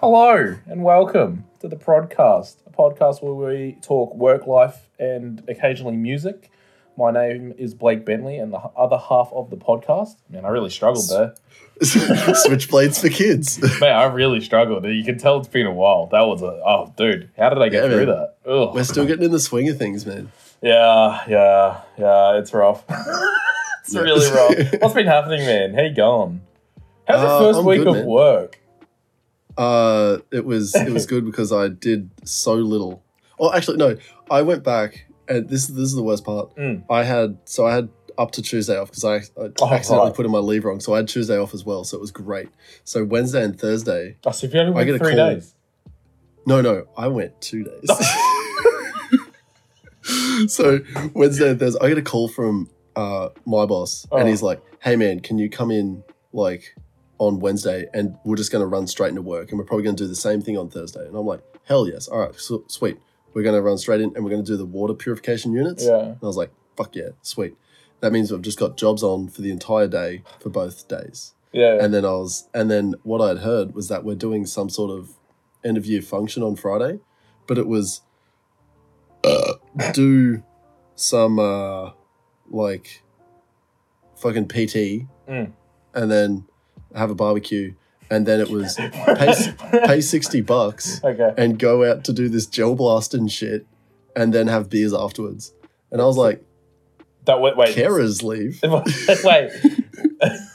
Hello and welcome to the podcast, a podcast where we talk work life and occasionally music. My name is Blake Bentley, and the h- other half of the podcast. Man, I really struggled there. Switchblades for kids. Man, I really struggled. You can tell it's been a while. That was a oh, dude. How did I get Yeah, through man. that? Ugh. We're still getting in the swing of things, man. Yeah, yeah, yeah. It's rough. it's Yeah. really rough. What's been happening, man? How you going? How's Uh, the 1st I'm week good, of man. work? Uh, it was it was good because I did so little. Oh, actually, no. I went back, and this this is the worst part. Mm. I had so I had up to Tuesday off because I, I Oh, accidentally right. put in my leave wrong. So I had Tuesday off as well. So it was great. So Wednesday and Thursday. Oh, so if you only I get went a three call. days. No, no, I went two days. so Wednesday and Thursday, I get a call from uh, my boss, Oh. and he's like, "Hey, man, can you come in like on Wednesday, and we're just gonna run straight into work, and we're probably gonna do the same thing on Thursday." And I'm like, "Hell yes! All right, so, sweet. We're gonna run straight in, and we're gonna do the water purification units." Yeah. And I was like, "Fuck yeah, sweet." That means I've just got jobs on for the entire day for both days. Yeah. And then I was, and then what I'd heard was that we're doing some sort of end of year function on Friday, but it was uh, do some uh, like fucking PT, Mm. and then have a barbecue, and then it was pay sixty bucks okay. and go out to do this gel blast and shit, and then have beers afterwards. And I was like, That wait, wait. carers leave. wait.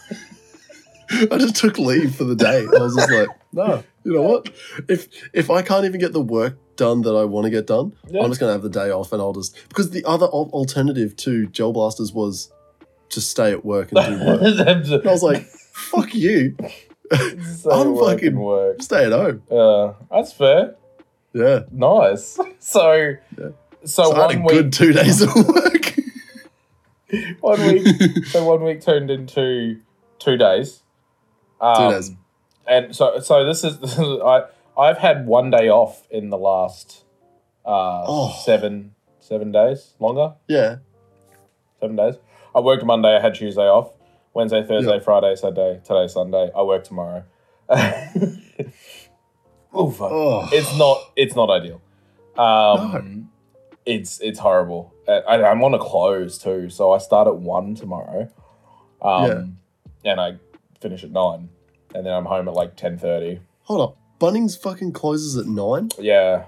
I just took leave for the day. I was just like, no, you know what? If if I can't even get the work done that I want to get done, Yeah. I'm just gonna have the day off and I'll just because the other al- alternative to gel blasters was to stay at work and do work. and I was like, fuck you, so I'm work and fucking- work. stay at home. Uh, that's fair. Yeah, Nice. So, Yeah. so, so I had one week, a good two days of work. one week, so one week turned into two days. Um, days. And so, so this is, this is I I've had one day off in the last uh, Oh. seven seven days longer yeah, seven days. I worked Monday. I had Tuesday off. Wednesday, Thursday, Friday, Saturday, today, Sunday. I work tomorrow. oh fuck! oh, It's not. It's not ideal. Um, It's it's horrible. And I, I'm on a close too, so I start at one tomorrow, um, and I finish at nine, and then I'm home at like ten thirty. Hold up, Bunnings fucking closes at nine. Yeah,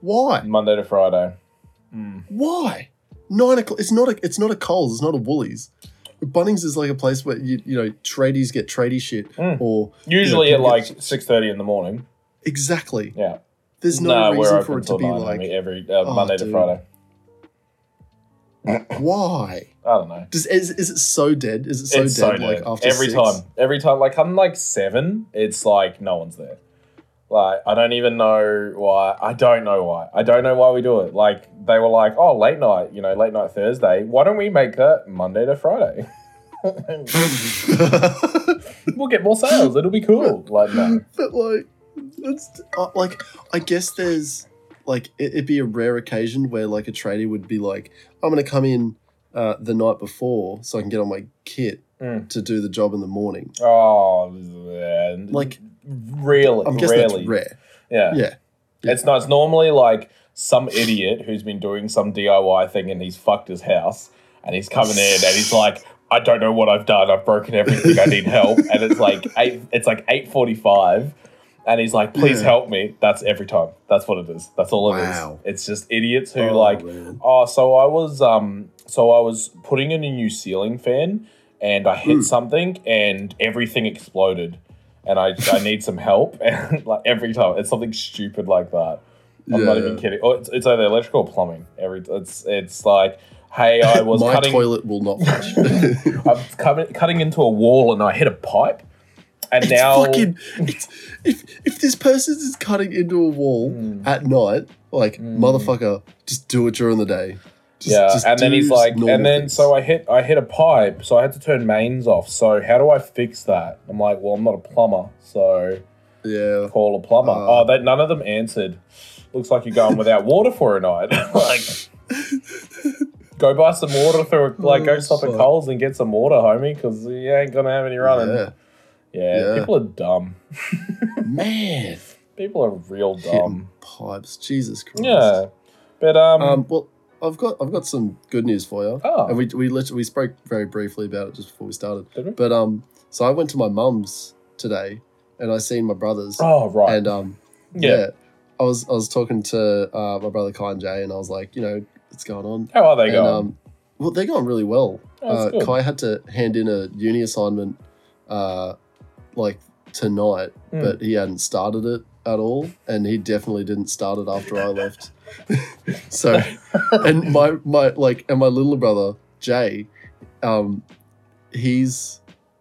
Why? Monday to Friday. Mm. Why? Nine o'clock. It's not a. It's not a Coles. It's not a Woolies. Bunnings is like a place where you you know tradies get tradie shit Mm. or Usually Yeah, at like six thirty in the morning. exactly. Yeah, There's no, we're reason open for it to till be 9 like every uh, Oh, Monday to dude. Friday. why. I don't know. Does is, is it so dead? Is it so, it's dead, so Like dead. after every six? time, every time, like I'm like seven, it's like no one's there. Like I don't even know why. I don't know why. I don't know why we do it. Like they were like, oh, late night, you know, late night Thursday. Why don't we make that Monday to Friday? we'll get more sales. It'll be cool. Like no, but like, that's uh, like I guess there's like it, it'd be a rare occasion where like a tradie would be like, I'm gonna come in uh, the night before so I can get on my kit Mm. to do the job in the morning. oh, man. Like, really, I'm guessing really, that's rare. yeah. Yeah. Yeah. It's not. It's normally like some idiot who's been doing some DIY thing and he's fucked his house and he's coming in and he's like, I don't know what I've done. I've broken everything. I need help. And it's like eight. It's like eight forty-five, and he's like, please Yeah. help me. That's every time. That's what it is. That's all it is. Wow. It's just idiots who Oh, like man. Oh, so I was um, so I was putting in a new ceiling fan, and I hit Mm. something, and everything exploded, and I I need some help, and like every time it's something stupid like that. I'm not even kidding. Oh, it's, it's either electrical or plumbing. Every it's it's like, hey, I was my cutting toilet will not flush. I'm cutting cutting into a wall, and I hit a pipe, and It's now fucking. It's, if if this person is cutting into a wall Mm. at night, like Mm. motherfucker, just do it during the day. Just, yeah, just and then do he's like, normal and then things. so I hit I hit a pipe, so I had to turn mains off. So how do I fix that? I'm like, well, I'm not a plumber, so yeah, call a plumber. Uh. oh, they, none of them answered. Looks like you're going without water for a night. like, go buy some water through. Like, go Oh, stop at fuck. Coles and get some water, homie, because you ain't gonna have any running. yeah. Yeah, Yeah. people are dumb. man, People are real hitting dumb. pipes. Jesus Christ. Yeah. But um, Um, well, I've got I've got some good news for you. Oh. And we we lit- we spoke very briefly about it just before we started. did we? But um, so I went to my mum's today, and I seen my brothers. Oh right. And um, yeah. yeah. I was I was talking to uh, my brother Kai and Jay, and I was like, you know, what's going on? How are they and, going? um, well, they're going really well. Oh, that's uh, good. Kai had to hand in a uni assignment, uh, like tonight, Hmm. but he hadn't started it at all, and he definitely didn't start it after I left. so, and my my like, and my little brother Jay, um, he's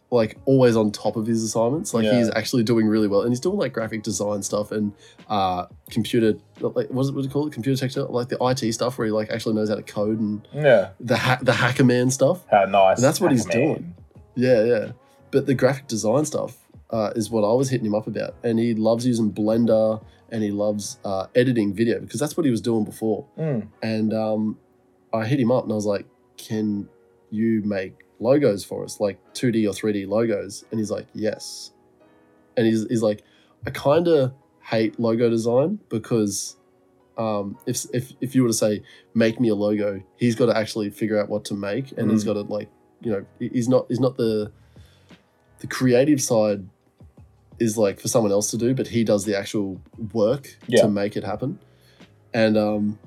like always on top of his assignments. Like Yeah. he's actually doing really well, and he's doing like graphic design stuff and uh, computer, like what's it, what do you call it? Computer technology, like the IT stuff where he like actually knows how to code and yeah. the ha- the hacker man stuff. How nice. And that's what he's Man. doing. Yeah, yeah. But the graphic design stuff uh, is what I was hitting him up about, and he loves using Blender and he loves uh, editing video because that's what he was doing before. Mm. And um, I hit him up and I was like, "Can you make logos for us, like two D or three D logos?" And he's like, "Yes." And he's he's like, "I kind of hate logo design because." Um, if, if if you were to say make me a logo, he's got to actually figure out what to make, and he's Mm. got to like you know he- he's not he's not the the creative side is like for someone else to do, but he does the actual work Yeah. to make it happen. And um,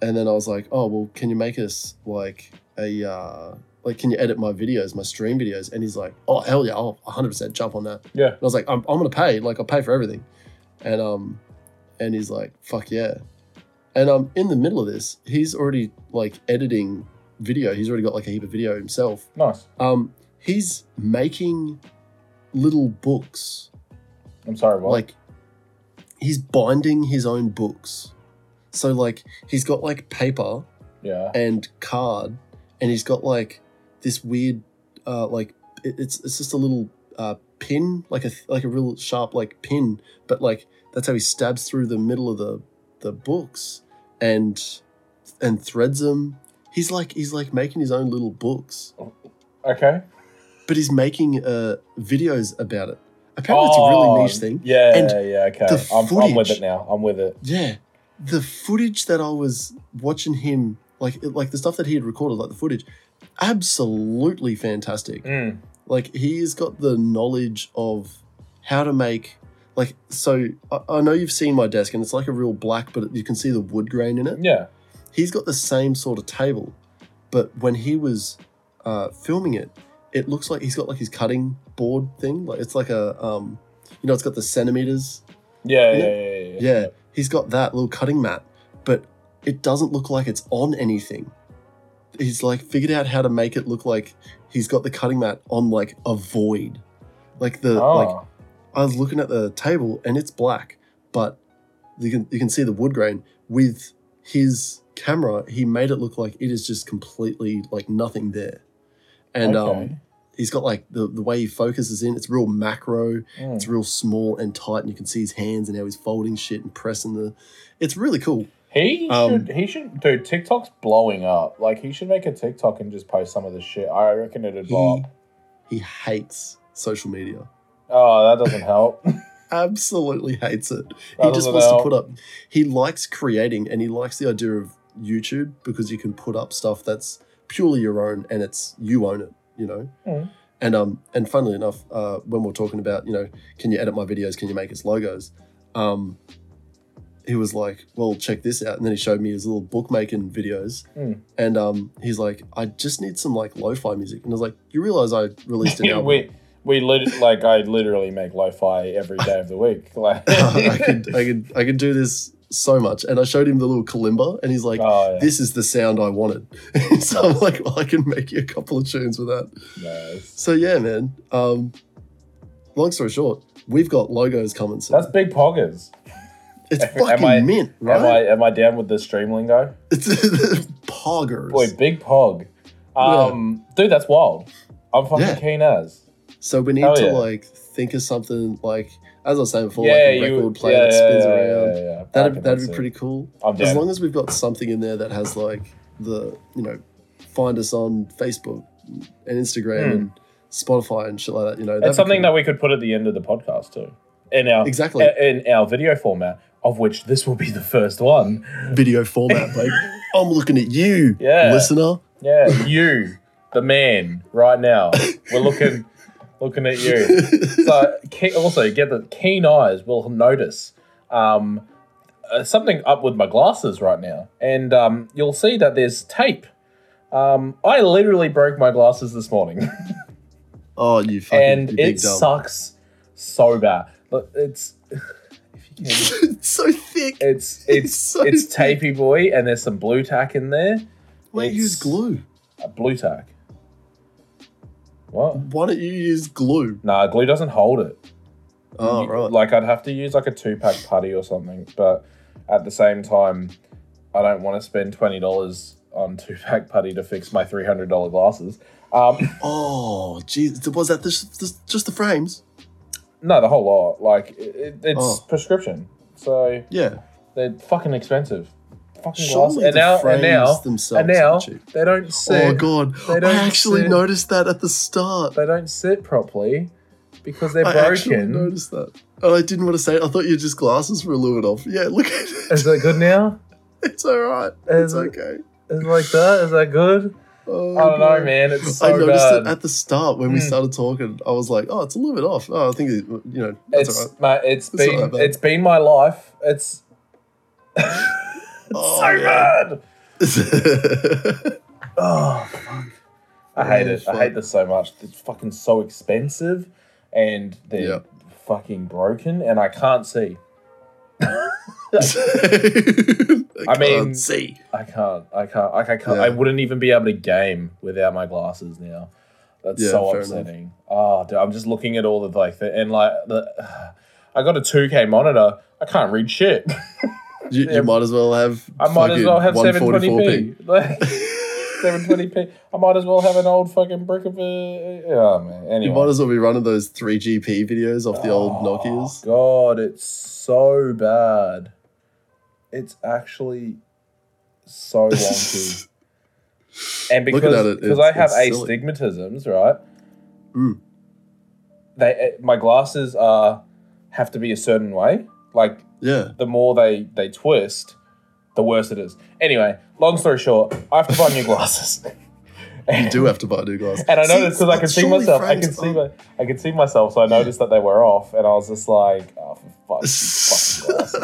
and then I was like, oh well, can you make us like a uh, like can you edit my videos, my stream videos? And he's like, oh hell yeah, I'll 100 percent jump on that. Yeah. And I was like, I'm, I'm gonna pay, like I'll pay for everything. And um, and he's like, fuck yeah. And um, in the middle of this, he's already like editing video. He's already got like a heap of video himself. Nice. Um, he's making little books. I'm sorry. What? Like he's binding his own books. So like he's got like paper yeah. and card, and he's got like this weird, uh, like it, it's it's just a little uh, pin, like a th- like a real sharp like pin, but like that's how he stabs through the middle of the the books and and threads them. He's like he's like making his own little books, Okay. but he's making uh, videos about it. Apparently, it's a really Oh, niche thing. Yeah. And yeah. Okay. the I'm, I'm with footage- it now. I'm with it. Yeah, the footage that I was watching him, like like the stuff that he had recorded, like the footage, absolutely fantastic. Mm. Like he's got the knowledge of how to make. Like so, I, I know you've seen my desk, and it's like a real black, but you can see the wood grain in it Yeah. he's got the same sort of table, but when he was uh, filming it, it looks like he's got like his cutting board thing. Like it's like a, um, you know, it's got the centimeters. Yeah. Yeah. Yeah. Yeah. Yeah. Yeah, he's got that little cutting mat, but it doesn't look like it's on anything. He's like figured out how to make it look like he's got the cutting mat on like a void. Like the Oh. like I was looking at the table and it's black, but you can you can see the wood grain with his camera. He made it look like it is just completely like nothing there, and um, Okay. he's got like the the way he focuses in. It's real macro. Mm. It's real small and tight, and you can see his hands and how he's folding shit and pressing the. It's really cool. He Um, should. He should. Dude, TikTok's blowing up. Like he should make a TikTok and just post some of this shit. I reckon it'd blow He up. he hates social media. Oh, that doesn't help. That Absolutely hates it. he doesn't just wants help. to put up he likes creating and he likes the idea of youtube because you can put up stuff that's purely your own and it's you own it you know Mm. and um and funnily enough uh when we're talking about you know can you edit my videos can you make us logos um he was like well check this out and then he showed me his little bookmaking videos Mm. and um he's like i just need some like lo-fi music and i was like you realize i released an album we we lit- like I literally make lo-fi every day of the week. Like I could I could I could do this so much. And I showed him the little kalimba, and he's like, oh, yeah. "This is the sound I wanted." so I'm like, "Well, I can make you a couple of tunes with that." Nice. So yeah, man. Um, long story short, we've got logos coming soon. That's big poggers. it's am fucking I- mint, Am right? I am I down with the stream lingo? it's the poggers. Boy, big pog. Um, dude, that's wild. I'm fucking Yeah. keen as. so we need hell to yeah. like think of something like as I was saying before, yeah, like a you. record player yeah, that spins yeah, yeah, around. yeah, yeah. I That'd, reckon that'd that's be it. pretty cool. I'm As down. long as we've got something in there that has like the you know, find us on Facebook and Instagram Hmm. and Spotify and shit like that. You know, It's something that we could put at the end of the podcast too. in our Exactly. in our video format, of which this will be the first one. Video format, like I'm looking at you, Yeah. listener. Yeah, you, the man, right now. We're looking looking at you. So ke- also get the keen eyes will notice um, uh, something up with my glasses right now, and um, you'll see that there's tape. Um, I literally broke my glasses this morning, oh, you fucking and you it big dumb. sucks so bad. Look, it's if you can it's so thick. It's It's it's so it's tapey boy, and there's some blue tack in there. Why don't you use it's- glue? Uh, blue tack. What? Why don't you use glue? Nah, glue doesn't hold it. Oh You- right. Like I'd have to use like a two pack putty or something, but at the same time, I don't want to spend twenty dollars on two pack putty to fix my three hundred dollar glasses. Um, oh, jeez, was that this, this, just the frames? no, the whole lot. Like it, it- it's Oh. prescription, so Yeah. they're fucking expensive. Fucking glasses. Surely And the now, and frames now, themselves and now, are cheap. they don't sit. Oh god, they I don't actually sit. noticed that at the start. they don't sit properly because they're I actually broken. noticed that. Oh, I didn't want to say it. I thought your just glasses were a little bit off. Yeah, look at it. Is that good now? It's all right. It's Is it- okay. Is it like that? Is that good? Oh, I don't no. know, man. It's I so noticed bad. it at the start when we Mm. started talking. I was like, "Oh, it's a little bit off." Oh, I think it, you know that's it's all right. mate, it's It's been alright, man. it's been my life. It's Oh, so yeah. bad. Oh, fuck. I hate Oh, it. fuck. I hate this so much. It's fucking so expensive, and they're Yeah. fucking broken, and I can't see. I, I mean- can't see. I can't. I can't. Like I can't. Yeah. I wouldn't even be able to game without my glasses now. That's Yeah, so fair enough. upsetting. Oh, dude, I'm just looking at all the like the, and like the. I got a 2K monitor. I can't read shit. You, Yeah. you might as well have. I might as well have 720p. 720p. Like 720p. I might as well have an old fucking brick of a. Oh man. Anyway. You might as well be running those 3GP videos off the old Oh, Nokia's. God, it's so bad. It's actually so wonky. and Looking because at it, because it's- I have it's silly. astigmatisms, right? Mm. They uh, my glasses are have to be a certain way. Like Yeah. the more they they twist, the worse it is. Anyway, long story short, I have to buy new glasses. You do have to buy new glasses. And I See, noticed because I but could see surely myself. I frames could see aren't- my, I could see myself. So I noticed that they were off, and I was just like, "Oh, for fuck, fucking glasses,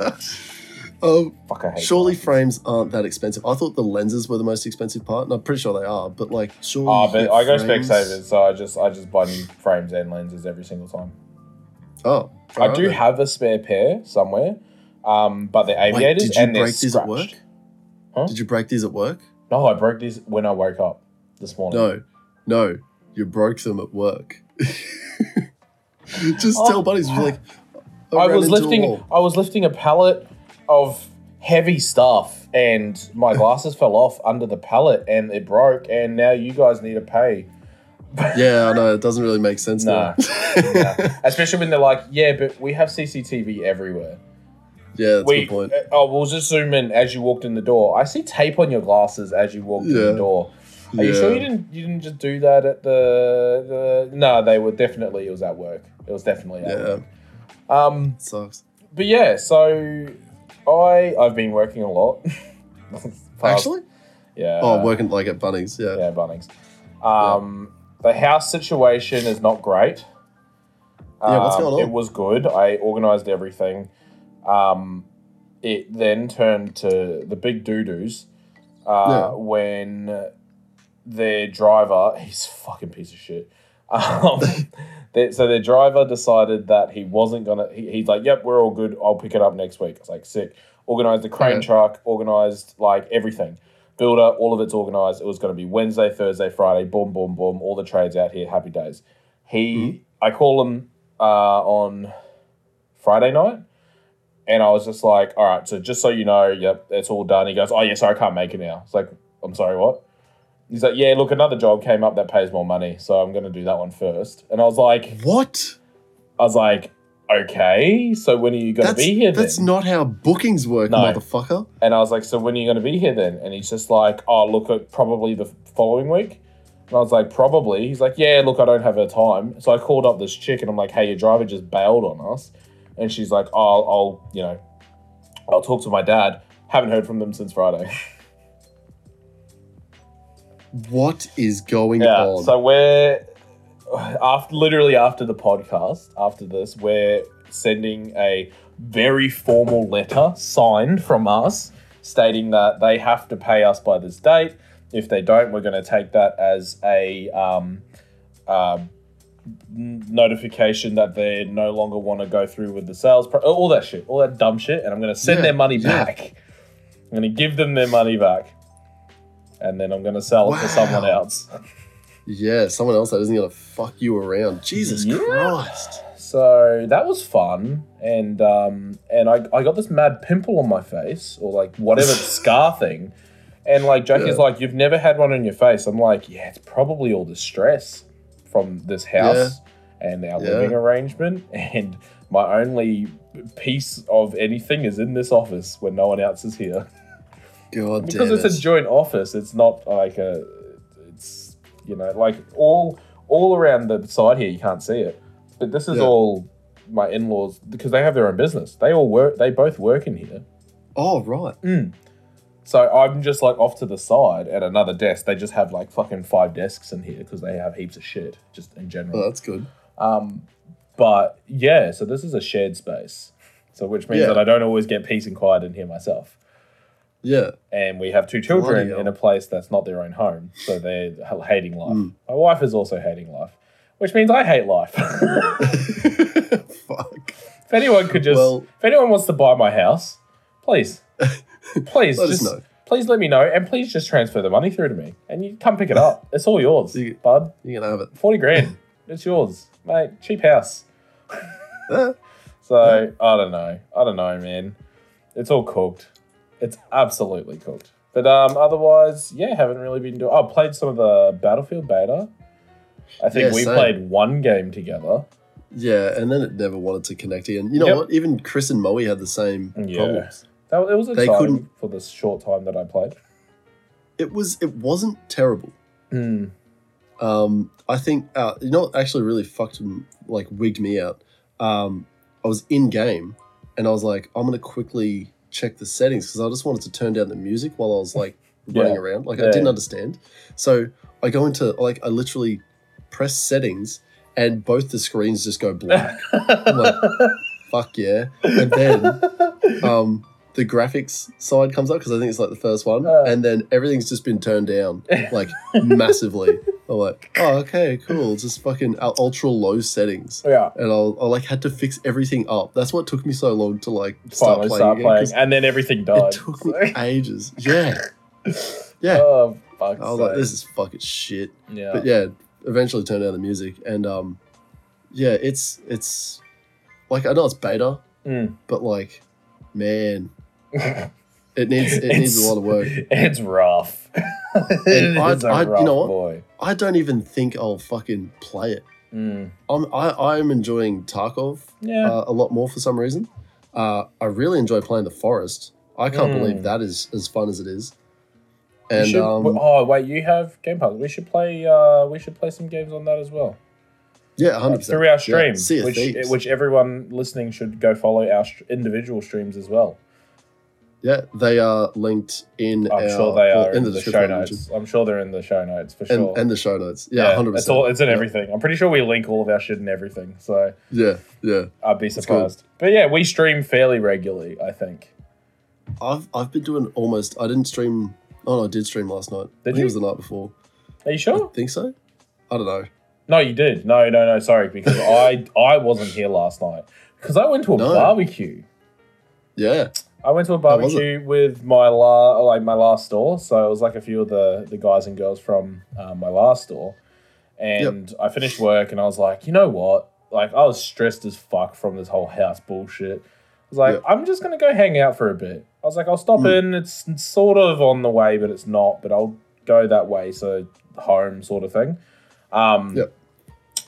man. Um, fuck, I hate." surely glasses. frames aren't that expensive. I thought the lenses were the most expensive part, and I'm pretty sure they are. But like, surely. Ah, you but get I go frames- Specsavers, so I just I just buy new frames and lenses every single time. Oh, I do have a spare pair somewhere, um, but they're Wait, aviators did you and they're break these at scratched. work? Huh? Did you break these at work? No, I broke these when I woke up this morning. No, no, you broke them at work. Just Oh. tell buddies, you're like, I ran was into a lifting. wall. I was lifting a pallet of heavy stuff, and my glasses fell off under the pallet, and it broke. And now you guys need to pay. Yeah, I know it doesn't really make sense Nah. now. Yeah. Especially when they're like, "Yeah, but we have CCTV everywhere." yeah, that's a we, good point. oh, we'll just zoom in as you walked in the door. I see tape on your glasses as you walked in Yeah. the door. Are you sure you didn't? You didn't just do that at the, the? No, they were definitely. It was at work. It was definitely at Yeah, work. Um, it sucks. but yeah, so I I've been working a lot. Past- uh, Actually, yeah. oh, working like at Bunnings. Yeah, yeah, Bunnings. Um, the house situation is not great. Yeah, what's Um, going on? It was good. I organised everything. Um, it then turned to the big doo doos uh, Yeah. when their driver, he's a fucking piece of shit. Um, they- so their driver decided that he wasn't gonna. He, he's like, "Yep, we're all good. I'll pick it up next week." It's like sick. Organized the crane Okay. truck. Organized like everything. Builder, all of it's organized. It was going to be Wednesday, Thursday, Friday. Boom, boom, boom. All the trades out here. Happy days. He, I call him uh, on Friday night. And I was just like, all right, so just so you know, yep, it's all done. He goes, oh, yeah, sorry, I can't make it now. It's like, I'm sorry, what? He's like, yeah, look, another job came up that pays more money. So I'm going to do that one first. And I was like, What? I was like, okay, so when are you going to That's, be here then? that's not how bookings work, No. motherfucker. and I was like, so when are you going to be here then? And he's just like, oh, look, uh, probably the following week. And I was like, probably. He's like, yeah, look, I don't have her time. So I called up this chick and I'm like, hey, your driver just bailed on us. And she's like, oh, I'll, I'll you know, I'll talk to my dad. Haven't heard from them since Friday. What is going yeah. on? So we're after literally after the podcast, after this, we're sending a very formal letter signed from us stating that they have to pay us by this date. If they don't, we're going to take that as a um, uh, n- notification that they no longer want to go through with the sales. Pro- all that shit, all that dumb shit, and I'm going to send Yeah, their money yeah. back. I'm going to give them their money back, and then I'm going to sell it to someone Wow. else. yeah, someone else that isn't gonna fuck you around. Jesus Yeah. Christ. So that was fun, and um, and I, I got this mad pimple on my face, or like whatever scar thing, and like Jackie's Yeah. like, "You've never had one on your face." I'm like, "Yeah, it's probably all the stress from this house and our Yeah. living arrangement, and my only piece of anything is in this office when no one else is here God because damn it's a it. joint office. It's not like a, it's you know like all all around the side here. You can't see it, but this is Yeah. all my in-laws because they have their own business. They all work. They both work in here. oh right. So I'm just like off to the side at another desk. They just have like fucking five desks in here because they have heaps of shit just in Oh, general. that's good. Um, but yeah, so this is a shared space. So which means Yeah. that I don't always get peace and quiet in here myself. Yeah. and we have two children Bloody hell. in a place that's not their own home, so they're h- hating life. Mm. My wife is also hating life, which means I hate life. if Fuck. anyone could just, Well- if anyone wants to buy my house, please, please, Let us just, know. please let me know, and please just transfer the money through to me, and you come pick it up. It's all yours, You- bud. You're gonna have it. Forty grand, it's yours, mate. Cheap house. Eh, So I don't know. I don't know, man. It's all cooked. It's absolutely cooked. But um, otherwise, yeah, haven't really been doing. Oh, played some of the Battlefield beta. I think Yeah, we same. played one game together. yeah, and then it never wanted to connect again. You know Yep. what? Even Chris and Moe had the same Yeah. problems. That it was They exciting couldn't- for the short time that I played. It was it wasn't terrible. Hmm. Um, I think uh, you know what actually really fucked m- like wigged me out. Um, I was in game and I was like, I'm gonna quickly check the settings because I just wanted to turn down the music while I was like Yeah. running around. Like I Yeah. didn't understand, so I go into like I literally press settings and both the screens just go black. like, Fuck yeah! And then um, the graphics side comes up because I think it's like the first one, Uh. and then everything's just been turned down like massively. I'm like, oh okay, cool. It's Just fucking u- ultra low settings, yeah. and I'll, I like had to fix everything up. That's what took me so long to like start Finally, playing. start again, playing, Oh, 'cause and then everything died. it took me So- ages. Yeah, yeah. Oh fuck! I was like, this is fucking shit. yeah. But yeah, eventually turned down the music, and um, yeah, it's it's like I know it's beta, Mm. but like, man, it needs it needs a lot of work. It's rough. It I- is a I- you rough know what? boy. I don't even think I'll fucking play it. Mm. I'm I, I'm enjoying Tarkov Yeah. uh, a lot more for some reason. Uh, I really enjoy playing the forest. I can't Mm. believe that is as fun as it is. We And should- um, oh wait, you have Game Pass. We should play. Uh, we should play some games on that as well yeah, hundred percent. through our stream, Sea of which Thieves. which everyone listening should go follow our str individual streams as well. Yeah, they are linked in. I'm our, sure they well, are in the, show description, notes. I'm sure they're in the show notes for and, sure. and the show notes. Yeah, hundred It's all percent. it's in Yeah. everything. I'm pretty sure we link all of our shit and everything. So Yeah, yeah. I'd be cool. surprised. But yeah, we stream fairly regularly. I think. I've I've been doing almost. I didn't stream. Oh, no, I did stream last night. Did I think you? Oh. it was the night before. Are you I sure? think so. I don't know. No, you did. No, no, no. Sorry, because I I wasn't here last night because I went to a No. barbecue. Yeah. I went to a How was it? barbecue with my la- like my last store, so it was like a few of the the guys and girls from um, my last store, and I finished work and I was like, you know what? Like I was stressed as fuck from this whole house bullshit. I was like, Yeah. I'm just gonna go hang out for a bit. I was like, I'll stop Mm. in. It's sort of on the way, but it's not. But I'll go that way, so home sort of thing. Um, Yep.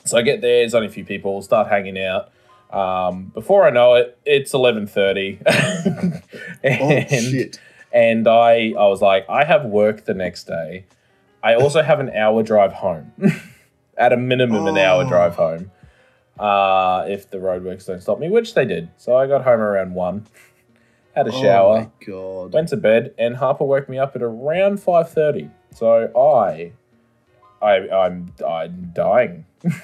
So I get there. There's only a few people. Start hanging out. Um, before I know it, it's eleven thirty, and Oh shit. and I I was like, I have work the next day. I also have an hour drive home. At a minimum, an hour Oh. drive home. Uh, if the roadworks don't stop me, which they did. So I got home around one, had a shower, Oh my god. went to bed, and Harper woke me up at around five thirty. So I, I, I'm, I'm dying.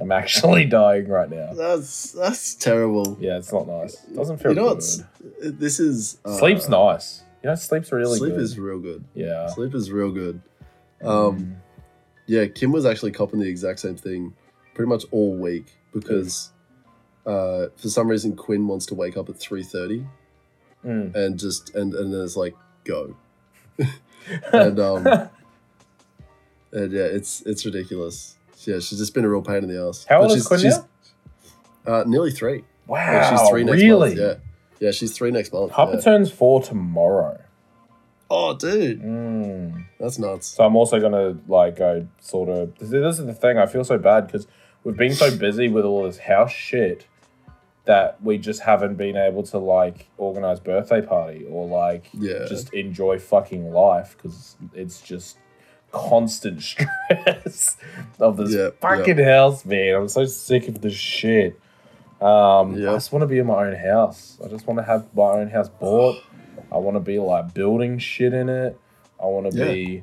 I'm actually dying right now. That's that's terrible. Yeah, it's not nice. Doesn't feel You know good. what's this is uh, Sleep's nice. You know, sleep's really sleep good. is real good. yeah. Sleep is real good. Um, yeah, Kim was actually copping the exact same thing pretty much all week because uh, for some reason Quinn wants to wake up at three thirty Mm. and just and and then it's like go Mm. and um and yeah it's it's ridiculous. Yeah, she's just been a real pain in the ass. How old But is Quinn she's, now? Uh, nearly three. Like, Wow, she's three next really? month. Yeah, yeah, she's three next month. Harper yeah. turns four tomorrow. Oh, dude, Mm. that's nuts. So I'm also gonna like go sort of. This, this is the thing. I feel so bad because we've been so busy with all this house shit that we just haven't been able to like organize birthday party or like Yeah, just enjoy fucking life because it's just constant stress of this Yeah, fucking house, man. I'm so sick of this shit. Um, Yeah. I just want to be in my own house. I just want to have my own house bought. I want to be like building shit in it. I want to Yeah. be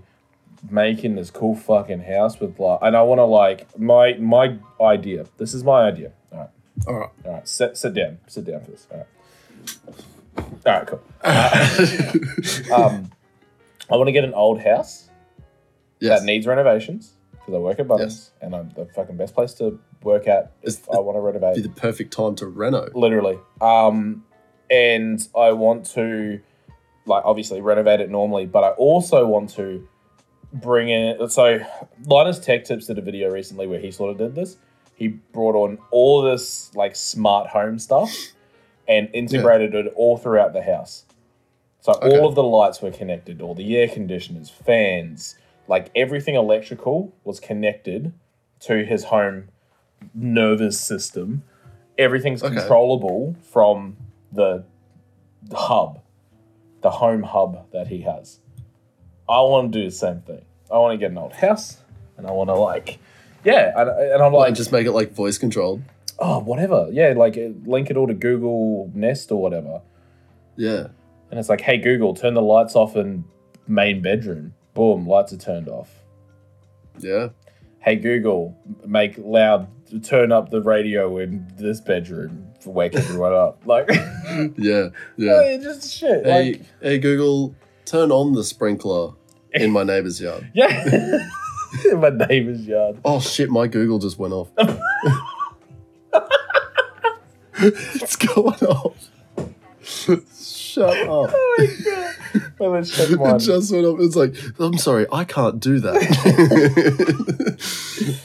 making this cool fucking house with like, and I want to like my my idea. This is my idea. All right, all right. all right. Sit sit down. Sit down for this. All right. All right. Cool. Uh, Um, I want to get an old house yes. that needs renovations because I work at Bunnings Yes. and I'm the fucking best place to work at if It's- I want to renovate. be the perfect time to reno. literally. Um, and I want to, like, obviously renovate it normally, but I also want to bring in. So, Linus Tech Tips did a video recently where he sort of did this. He brought on all this like smart home stuff and integrated it all throughout the house. So Okay. all of the lights were connected, all the air conditioners, fans, like everything electrical was connected to his home nervous system. Everything's Okay. controllable from the hub, the home hub that he has. I want to do the same thing. I want to get an old house, and I want to like, yeah, and, and I'm Like, like, just make it like voice controlled. oh, whatever, yeah, like uh, link it all to Google Nest or whatever, Yeah. and it's like, hey Google, turn the lights off in main bedroom. Boom, lights are turned off. Yeah. hey Google, make loud, turn up the radio in this bedroom to wake everyone up. Like, Yeah. Yeah. it's just shit. Hey, Like, hey Google, turn on the sprinkler in my neighbor's yard. yeah, in my neighbor's yard. Oh shit, my Google just went off. it's going off. Shut up. Oh my god, well, let's check mine. It just went off. It's like, I'm sorry, I can't do that.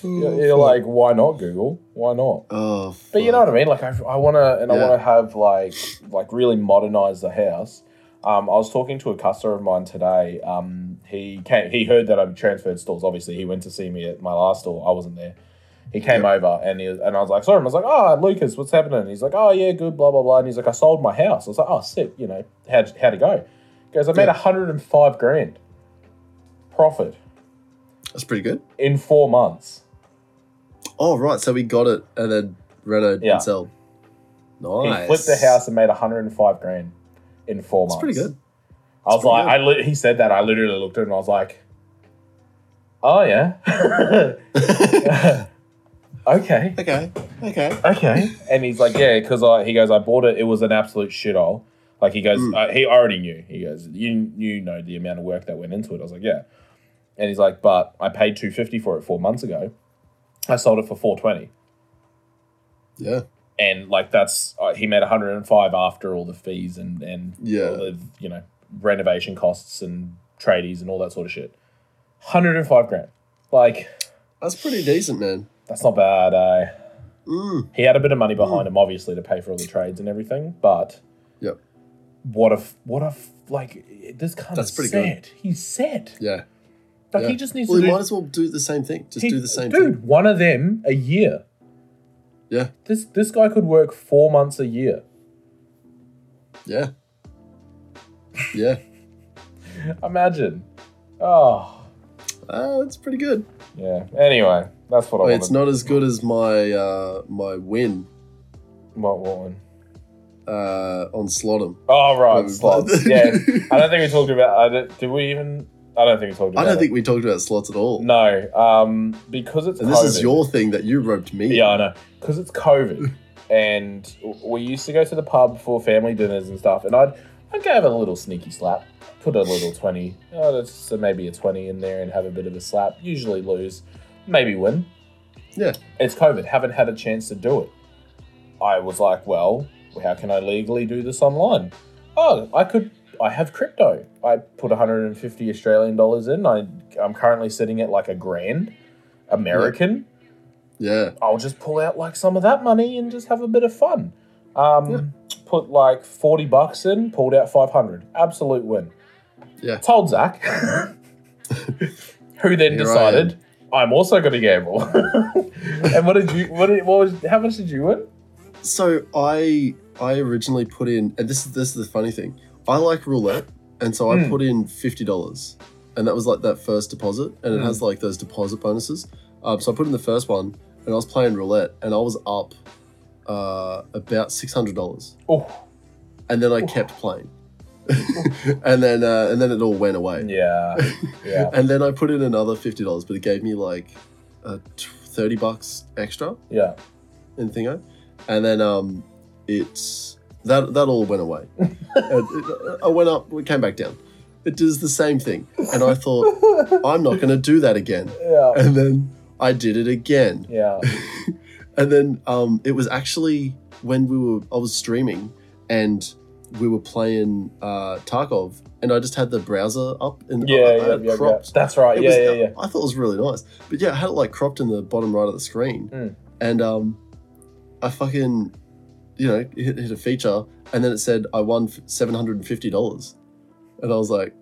You're, you're Oh, fuck. like, why not Google? Why not? oh, But you know what I mean. Like I, I want to, and I Yeah. want to have like, like really modernize the house. Um, I was talking to a customer of mine today. Um, he came, he heard that I've transferred stores. Obviously, he went to see me at my last store. I wasn't there. He came over and he, and I was like, sorry, I was like, oh, Lucas, what's happening? And he's like, oh yeah, good, blah blah blah. And he's like, I sold my house. I was like, oh sick, you know, how how to go? He goes, I made Yeah. hundred and five grand profit that's pretty good. in four months. Oh right, so we got it and then renoed Yeah. and sold. He Nice. flipped the house and made hundred and five grand in four That's months. pretty good. I was That's like, pretty I li- he said that. I literally looked at him and I was like, oh, yeah. okay. okay. Okay. Okay. And he's like, yeah, because I, he goes, I bought it. It was an absolute shithole. Like, he goes, Mm. uh, he already knew. He goes, you, you know the amount of work that went into it. I was like, yeah. And he's like, but I paid 250 for it four months ago. I sold it for 420 Yeah. and like that's uh, he made 105 after all the fees and and Yeah. all the you know renovation costs and tradies and all that sort of shit 105 grand like That's pretty decent, man. that's not bad eh? Mm. he had a bit of money behind him obviously to pay for all the trades and everything but Yep. what if what if like this kind That's of pretty set he's set Yeah. like yeah. he just needs Well, to you do, might as well do the same thing. Just he- do the same dude thing. one of them a year Yeah. this this guy could work four months a year Yeah. Yeah. imagine oh ah, that's pretty good. Yeah. Anyway, that's what I Wait, wanted. it's not as good as my uh, my win What one? uh, on Slottem. Oh Where right, we slots. played- yeah. I don't think we talked about. I don't, did we even? I don't think we talked about. I don't it. think we talked about slots at all. No, um, because it's and this COVID. is your thing that you roped me. Yeah, I know. Because it's COVID, and w- we used to go to the pub for family dinners and stuff, and I'd I'd give a little sneaky slap, put a little twenty, oh, that's so maybe a twenty in there, and have a bit of a slap. Usually lose, maybe win. Yeah. it's COVID. Haven't had a chance to do it. I was like, well, how can I legally do this online? Oh, I could. I have crypto. I put 150 Australian dollars in. I, I'm currently sitting at like a grand American. Yeah. I'll just pull out like some of that money and just have a bit of fun. Um, Yeah. Put like 40 bucks in, pulled out 500. Absolute win. Yeah. Told Zach, who then Here I decided, I'm also going to gamble. and what did you, what, did, what was, how much did you win? So I I originally put in, and this is this is the funny thing. I like roulette, and so I Hmm. put in fifty dollars, and that was like that first deposit, and it Hmm. has like those deposit bonuses. Um, so I put in the first one, and I was playing roulette, and I was up uh, about six hundred dollars, Oh, and then I kept playing, and then uh, and then it all went away. yeah. Yeah. And then I put in another fifty dollars, but it gave me like uh, t- thirty bucks extra Yeah. in Thingo, and then um, it's that that all went away. And it- I went up, we came back down. It does the same thing, and I thought I'm not going to do that again. yeah. And then I did it again, Yeah. and then um, it was actually when we were I was streaming and we were playing uh, Tarkov, and I just had the browser up and Yeah. I, I Yeah. had it yeah, yeah. cropped. That's right. It Yeah. was- Yeah. Yeah. I thought it was really nice. But yeah, I had it like cropped in the bottom right of the screen. Mm. And um, I fucking, you know, hit, hit a feature and then it said I won f- $750. And I was like,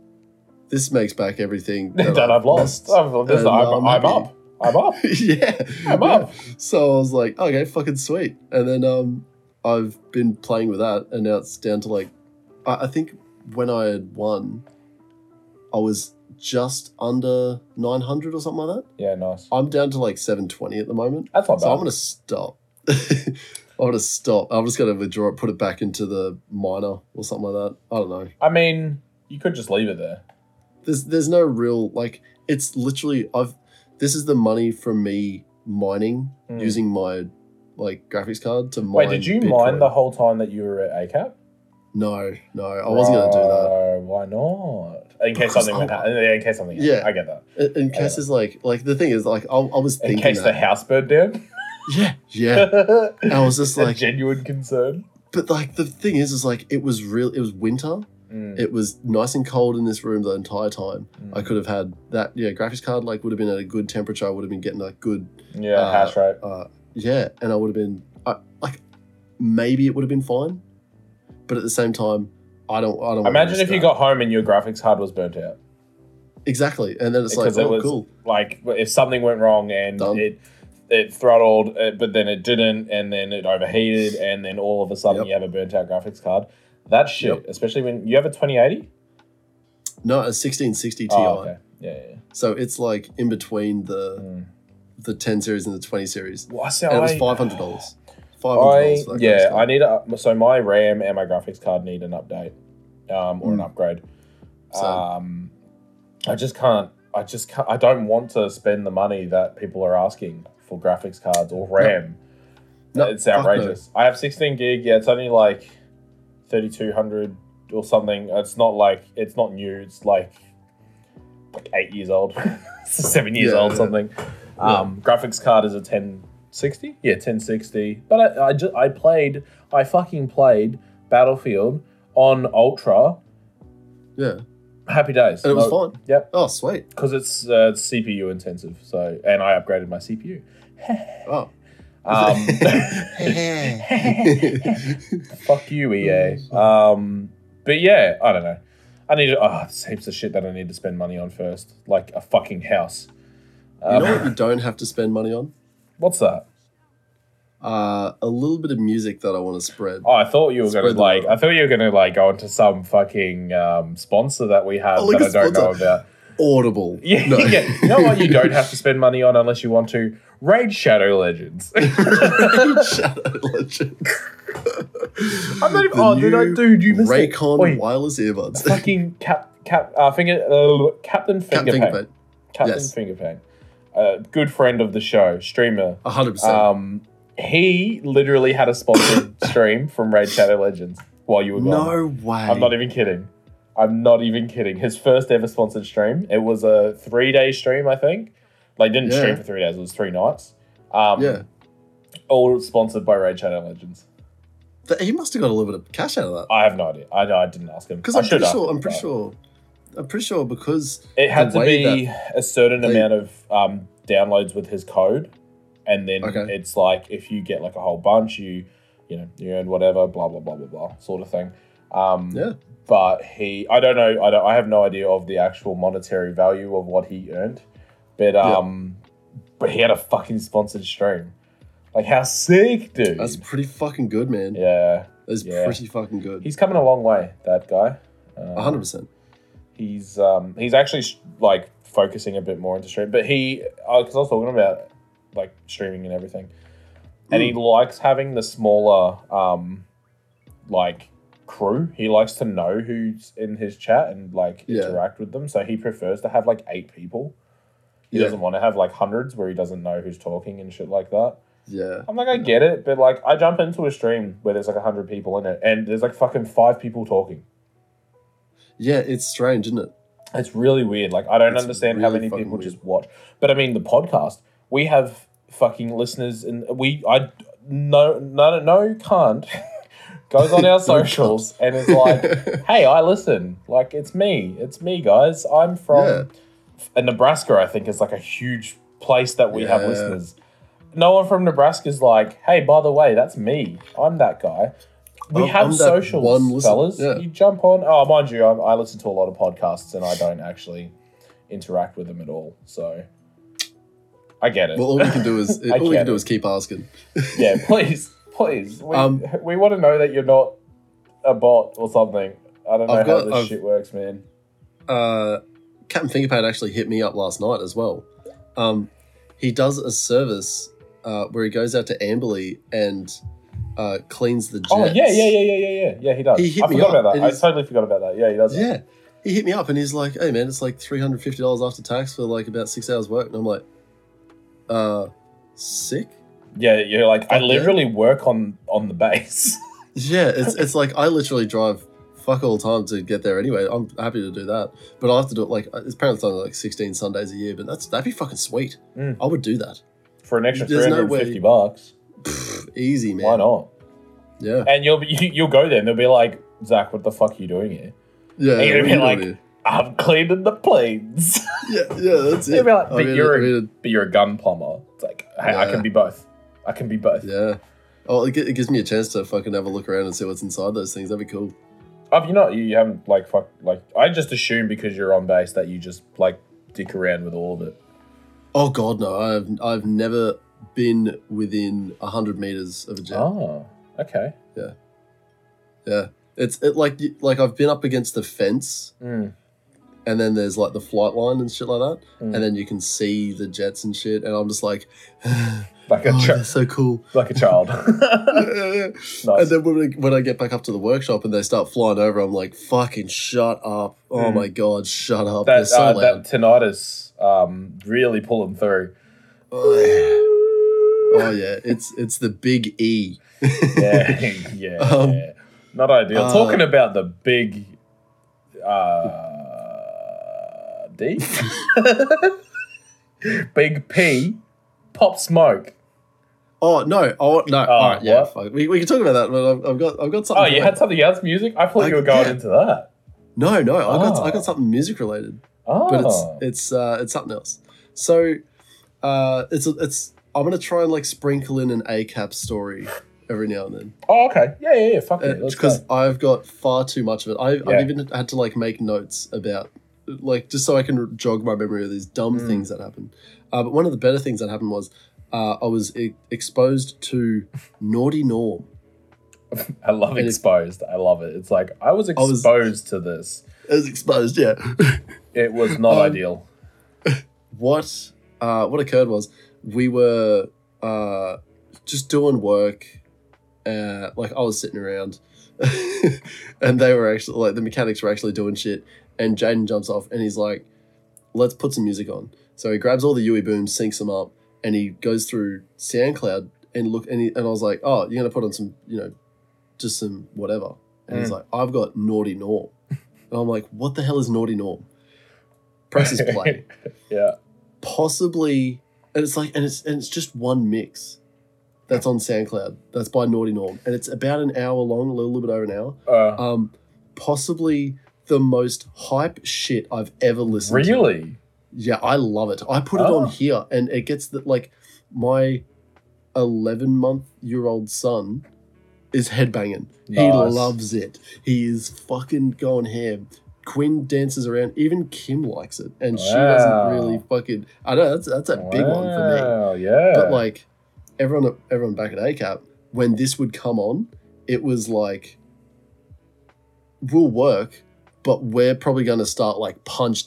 this makes back everything That I've lost. Oh. I've, this, And, I'm, um, I'm up. I'm up. yeah. I'm yeah. up. So I was like, okay, fucking sweet. And then um, I've been playing with that, and now it's down to like, I, I think when I had won, I was just under 900 or something like that. Yeah. Nice. I'm down to like 720 at the moment. That's not bad. So I'm going to stop. I'm going to stop. I'm just going to withdraw it, put it back into the minor or something like that. I don't know. I mean, you could just leave it there. There's, there's no real, like, it's literally, I've, this is the money from me mining Mm. using my like graphics card to mine. Wait, did you Bitcoin. mine the whole time that you were at ACAP? No, no, I wasn't going to do that. No, Why not? In case Because something I- went happen. In case something. happened. Yeah. I get that. In, in case it's like, like the thing is, like I, I was In thinking case the that. house burned down. yeah, yeah. And I was just a like, genuine concern. but like the thing is, is like it was real. It was winter. Mm, It was nice and cold in this room the entire time. mm. I could have had that. Yeah, graphics card like would have been at a good temperature. I would have been getting like good. yeah, uh, hash rate. uh Yeah, and I would have been I, like, maybe it would have been fine. But at the same time, I don't. I don't. wanna Imagine risk if you that. got home and your graphics card was burnt out. exactly, and then it's like, Because it oh, was- cool. Like if something went wrong and Done. it it throttled, uh, but then it didn't, and then it overheated, and then all of a sudden Yep. you have a burnt out graphics card. That shit, Yep. especially when you have a twenty eighty. No, a 1660 Ti. Oh, okay. Yeah. yeah, yeah. So it's like in between the Mm. the 10 series and the 20 series. Well, I see, And it was I- $500. $500. I, for that yeah, I graphics need a so my RAM and my graphics card need an update, um, or an Mm. upgrade. Same. Um, I just can't. I just can't, I don't want to spend the money that people are asking for graphics cards or RAM. No, it's fuck no. outrageous. I have 16 gig. Yeah, it's only like 3200 or something. It's not like it's not new. It's like like eight years old, seven years Yeah, old, yeah. something. Um, graphics card is a 1060. Yeah, 1060. But I, I just I played I fucking played Battlefield on Ultra. Yeah. And Happy days. it was No- fine. Yep. Oh, sweet. because it's uh, CPU intensive. So, and I upgraded my CPU. Oh. Um, fuck you, EA. Um, but yeah, I don't know. I need oh, there's heaps of shit that I need to spend money on first, like a fucking house. you Um, know what you don't have to spend money on? what's that? Uh, a little bit of music that I want to spread. Oh, I thought you were gonna Spread the like. word. I thought you were gonna like go into some fucking um, sponsor that we have Oh, like that I a don't know sponsor. about. audible. Oh. Yeah, No. yeah. You know what you don't have to spend money on unless you want to? Raid Shadow Legends. Shadow Legend. I'm not even. The oh, dude, I, new dude, you missed it. Raycon Oi. wireless earbuds. Fucking cap, cap, uh, finger, uh, Captain Finger Captain Paint. Paint. Captain Yes. Finger Paint. Uh, good friend of the show, streamer. 100%. Um, he literally had a sponsored stream from Raid Shadow Legends while you were gone. no way. I'm not even kidding. I'm not even kidding. His first ever sponsored stream. It was a three day stream, I think. Like didn't Yeah. stream for three days. It was three nights. Um, yeah. All sponsored by Raid Shadow Legends. Th- He must have got a little bit of cash out of that. I have no idea. I, I didn't ask him. Because I I'm should pretty ask sure. him, I'm pretty but- sure. I'm pretty sure because It had the to way be a certain they- amount of um, downloads with his code, and then Okay. it's like if you get like a whole bunch, you you know you earn whatever, blah blah blah blah blah, sort of thing. Um, Yeah. But he, I don't know, I don't, I have no idea of the actual monetary value of what he earned, but um, but he had a fucking sponsored stream. Like how sick, dude! that's pretty fucking good, man. yeah, That's yeah. pretty fucking good. he's coming a long way. That guy. Um, 100%. he's um he's actually like focusing a bit more into stream but he because i was talking about like streaming and everything and Mm. he likes having the smaller um like crew he likes to know who's in his chat and like Yeah. interact with them so he prefers to have like eight people he Yeah. doesn't want to have like hundreds where he doesn't know who's talking and shit like that Yeah. i'm like i get it but like i jump into a stream where there's like 100 people in it and there's like fucking five people talking Yeah, it's strange, isn't it? It's really weird. Like I don't It's understand how really many fucking people just watch. But I mean, the podcast we have fucking listeners, and we I no no no can't goes on our socials and is like, hey, I listen. Like it's me, it's me, guys. I'm from Yeah. and Nebraska. I think is like a huge place that we have Yeah. listeners. No one from Nebraska's like, hey, by the way, that's me. I'm that guy. We I'm- have I'm that socials, one listener. fellas. Yeah. You jump on. Oh, mind you, I, I listen to a lot of podcasts and I don't actually interact with them at all. So I get it. Well, all we can do is I all we get can do it. is keep asking. yeah, please, please. We, Um, we want to know that you're not a bot or something. I don't know I've how got- this I've- shit works, man. Uh, Captain Fingerpad actually hit me up last night as well. Um, he does a service uh, where he goes out to Amberley and uh, cleans the jets. Oh yeah, yeah, yeah, yeah, yeah, yeah. Yeah, he does. He hit I me forgot up about that. and I he's- totally forgot about that. Yeah, he does. that. Yeah. He hit me up and he's like, hey man, it's like $350 after tax for like about six hours work. And I'm like, uh, sick? Yeah, you're like I Fuck yeah. literally work on on the base. Yeah, it's, it's like I literally drive fuck all time to get there anyway. I'm happy to do that. But I have to do it like, it's apparently only like 16 Sundays a year, but that's that'd be fucking sweet. Mm. I would do that. for an extra three There's no hundred and fifty bucks. Easy, man. Why not? Yeah. And you'll be you, you'll go there and they'll be like, Zach, what the fuck are you doing here? Yeah. And you're what gonna be are like- you doing I'm cleaning the planes. here? yeah, yeah, that's You'll it. be like, but I'm gonna- you're I'm a- gonna- but you're a gun plumber. It's like, hey, I Yeah. can be both. I can be both. Yeah. Oh, it, gi- it gives me a chance to fucking have a look around and see what's inside those things. That'd be cool. Oh, you not you, you haven't like fuck like I just assume because you're on base that you just like dick around with all of it. Oh god, no! I've I've never been within hundred meters of a jet. Oh, okay. Yeah, it's it like y- like I've been up against the fence, Mm. and then there's like the flight line and shit like that, Mm. and then you can see the jets and shit, and I'm just like, Like a oh, chi- they're so cool. like a child. nice. And then when I, when I get back up to the workshop and they start flying over, I'm like, fucking shut up! Oh Mm. my god, shut up! they're that so uh, that loud. tinnitus um really pulling through. Oh, yeah. Oh, yeah, it's it's the big E. yeah, yeah, Um, yeah. Not ideal. uh, Talking about the big uh, D, big P, pop smoke. Oh no! Oh no! All right, yeah, what? fuck. We, we can talk about that. But I've, I've got I've got something. Oh, you planned. had something else music? I thought I- you were going yeah. into that. no no. I got Oh. I got something music related, Oh, but it's it's uh, it's something else. So, uh, it's it's I'm gonna try and like sprinkle in an ACAP story every now and then oh, okay. Yeah, yeah, yeah. Fuck it. Let's because go. I've got far too much of it. I've, Yeah. I've even had to like make notes about like just so I can jog my memory of these dumb Mm. things that happened. Uh, but one of the better things that happened was uh, I was e- exposed to naughty norm. I love and it- exposed. I love it. It's like I was was- exposed to this. It was exposed, yeah. It was not Um, ideal. what uh, what occurred was we were uh, just doing work. Uh, like I was sitting around, and they were actually like the mechanics were actually doing shit. And Jaden jumps off and he's like, "Let's put some music on." So he grabs all the Yui booms, syncs them up, and he goes through SoundCloud and look. And, he, and I was like, "Oh, you're gonna put on some, you know, just some whatever." And he's like, "I've got Naughty Norm," and I'm like, "What the hell is Naughty Norm?" Presses play yeah. possibly and it's like and it's and it's just one mix that's on SoundCloud. That's by Naughty Norm. And it's about an hour long, a little bit over an hour. Uh, Um possibly the most hype shit I've ever listened to. really? Yeah, I love it. I put it Oh. on here and it gets that like my 11 month year old son is headbanging. He Nice. loves it. He is fucking going ham. Quinn dances around. Even Kim likes it. And she Wow. doesn't really fucking. I know that's, that's a big one for me. Wow, Yeah. But like everyone, at- everyone back at ACAP, when this would come on, it was like, we'll work, but we're probably going to start like punch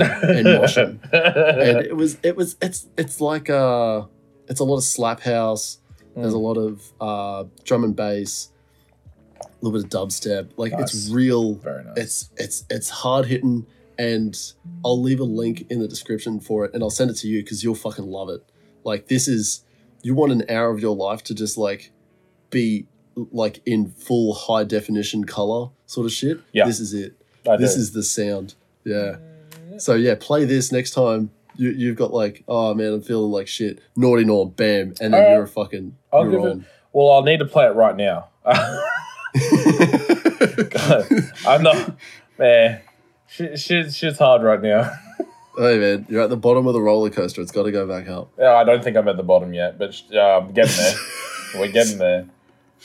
and moshing and it was it was it's it's like uh it's a lot of slap house there's a Mm. lot of uh drum and bass a little bit of dubstep like it's Nice. real Very nice. it's it's it's hard hitting and i'll leave a link in the description for it and i'll send it to you because you'll fucking love it like this is you want an hour of your life to just like be like in full high definition color sort of shit Yeah. this is it I this do. is the sound yeah so yeah, play this next time. You, you've got like, oh man, I'm feeling like shit. Naughty Norm, bam, and then Alright. you're a fucking Uh, I'll you're give it- on. Well, I'll need to play it right now. God, I'm not. Man, shit, shit, shit's hard right now. hey man, you're at the bottom of the roller coaster. It's got to go back up. Yeah, I don't think I'm at the bottom yet, but sh- uh, I'm getting there. We're getting there.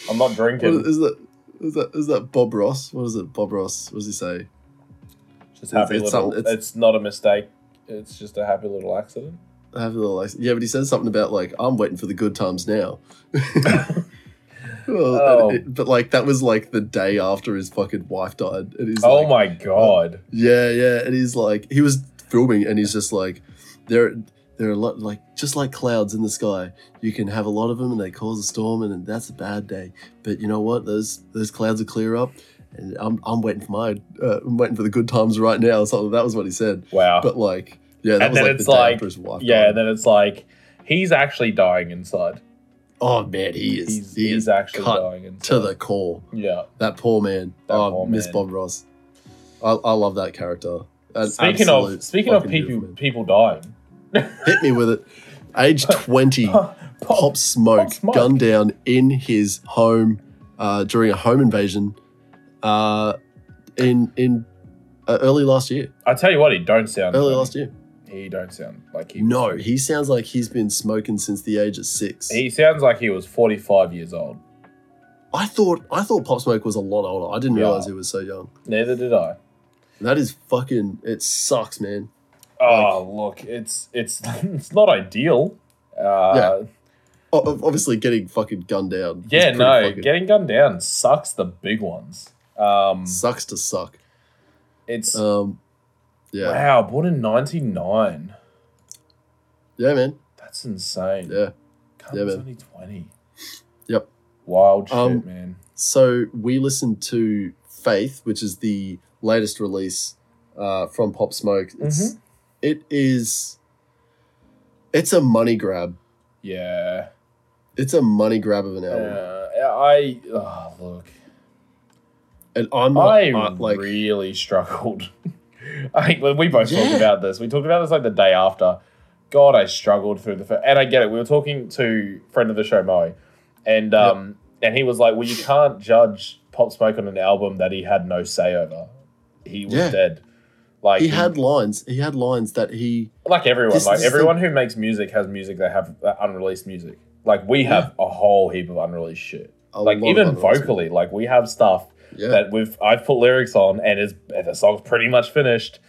I'm not What is, drinking. is that? Is that is that Bob Ross? What is it? Bob Ross. What does he say? Just happy it's little. something- It's, it's- not a mistake. It's just a happy little accident. Have a little like, yeah, but he says something about like, I'm waiting for the good times now. Well, Oh. and it- but like that was like the day after his fucking wife died, and he's oh like, uh, my god! Yeah, yeah. And he's like, he was filming, and he's just like, there, there are a lot like just like clouds in the sky. You can have a lot of them, and they cause a storm, and, that's a bad day. But you know what? Those those clouds will clear up, and I'm I'm waiting for my uh, I'm waiting for the good times right now. or Something that was what he said. Wow. But oh like, yeah, that And was then like the it's day like- after his wife. yeah, died. and then it's like he's actually dying inside. oh man, he is He's, he he's is actually cut dying inside. to the core. yeah. That poor man. That oh, poor Miss man. Bob Ross. I, I love that character. An Speaking of absolute speaking of fucking people beautiful man. people dying, Hit me with it. Age 20, Pop, Pop- Pop- Smoke, Pop Smoke. gunned down in his home uh, during a home invasion uh, in in uh, early last year. I tell you what, he don't sound. Early funny. last year. He don't sound like he. No, he sounds like he's been smoking since the age of six. He sounds like he was forty five years old. I thought I thought Pop Smoke was a lot older. I didn't Yeah. realize he was so young. Neither did I. That is fucking. It sucks, man. Oh look, it's it's it's not ideal. Uh, O- o- Obviously, getting fucking gunned down. is yeah, pretty no, fucking- getting gunned down sucks the big ones. Um, sucks to suck. it's Um, yeah, wow, born in ninety nine. yeah, man. That's insane. Yeah. Cunt yeah, was man. only twenty. Yep. Wild shit, Um, man. So we listened to Faith, which is the latest release uh, from Pop Smoke. It's Mm-hmm. it is it's a money grab. Yeah. It's a money grab of an album, Uh, I oh, look. and I'm not I uh, like really struggled. I think we both talked Yeah. about this. We talked about this like the day after. God, I struggled through the fir- and I get it. We were talking to friend of the show Moe, and um, and he was like, "Well, you can't judge Pop Smoke on an album that he had no say over. He was Yeah. dead. Like he had lines. He had lines that he like everyone. This like is the- everyone who makes music has music. They have uh, unreleased music. Like we have a whole heap of unreleased shit. a Like lot of even other ones- vocally, like we have stuff Yeah, that we've I've put lyrics on and is and the song's pretty much finished.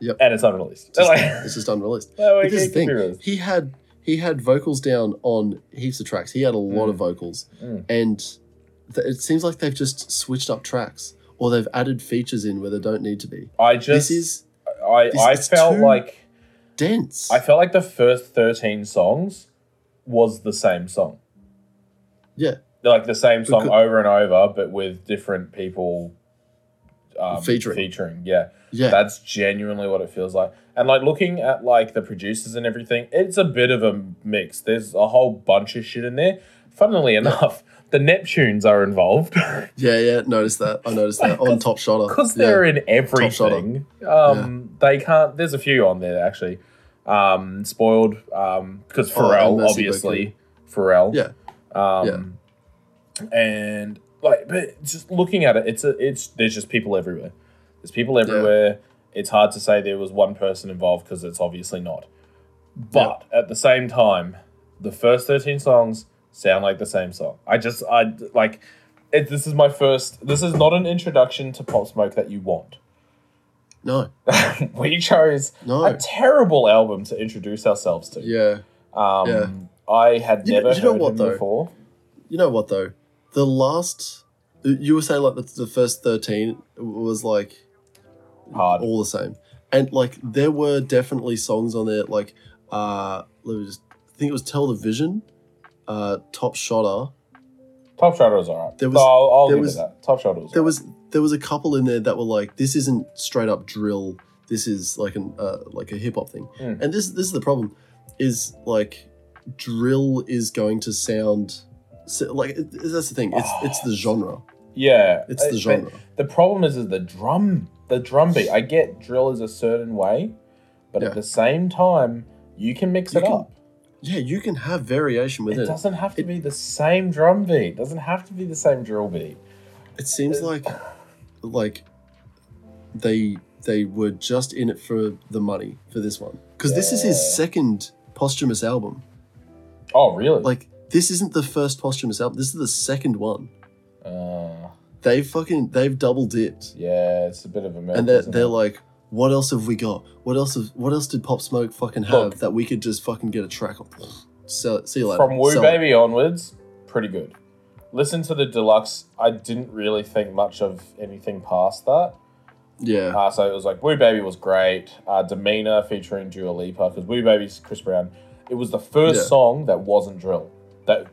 Yep. And it's unreleased. Just- like, it's just unreleased. well, But it this is could be the thing. released. He had he had vocals down on heaps of tracks. He had a lot Mm. of vocals, Mm. and th- it seems like they've just switched up tracks, or they've added features in where they don't need to be. I just this is I this I is felt too- like dense. I felt like the first 13 songs was the same song. Yeah. Like the same song Becau- over and over, but with different people um, Featuring. Featuring, yeah. yeah, That's genuinely what it feels like. And like looking at like the producers and everything, it's a bit of a mix. There's a whole bunch of shit in there. Funnily enough, the Neptunes are involved yeah, yeah. Notice that. I noticed that on Top Shotter. because Yeah. they're in shotter. everything. Um, They can't. There's a few on there actually. Um, spoiled because Oh, and Pharrell, Mercy obviously Pharrell. Yeah. Um, And like, but just looking at it, it's a, it's there's just people everywhere. There's people everywhere. It's hard to say there was one person involved because it's obviously not. But at the same time, the first thirteen songs sound like the same song. I just I like it, this is my first. This is not an introduction to Pop Smoke that you want. No, we chose no. a terrible album to introduce ourselves to. yeah. Um, Yeah. I had You- never you heard know what, him though? before. You know what though? The last you were saying like the, the first thirteen was like Hard. all the same, and like there were definitely songs on there like uh let me just I think it was Tell the Vision, uh Top Shotter. Top Shotter was alright. There There was- was, I'll, I'll there give was- it that. Top Shotter was. There alright. was there was a couple in there that were like this isn't straight up drill. This is like an uh, like a hip hop thing, Mm. and this this is the problem, is like drill is going to sound so, like it- that's the thing. It's it's the genre. yeah. It's I- the but genre. The problem is, is the drum. The drum beat. I get drill is a certain way, but Yeah. at the same time, you can mix You it can up. Yeah, you can have variation with It it. doesn't have to It- be the same drum beat. It doesn't have to be the same drill beat. It seems like like they they were just in it for the money for this one because this is Yeah. his second posthumous album. Oh, really? Like this isn't the first posthumous album. This is the second one. uh, They've fucking they've double dipped yeah, it's a bit of a mess. and they're isn't they're it? like. What else have we got? What else? Have, what else did Pop Smoke fucking have Look. that we could just fucking get a track on? Sell it. See you later. From Woo Sell it. Baby onwards, pretty good. Listen to the deluxe. I didn't really think much of anything past that. Yeah, Uh, so it was like Woo Baby was great. Uh, Demeanor featuring Dua Lipa because Woo Baby's Chris Brown. It was the first Yeah. song that wasn't drill. That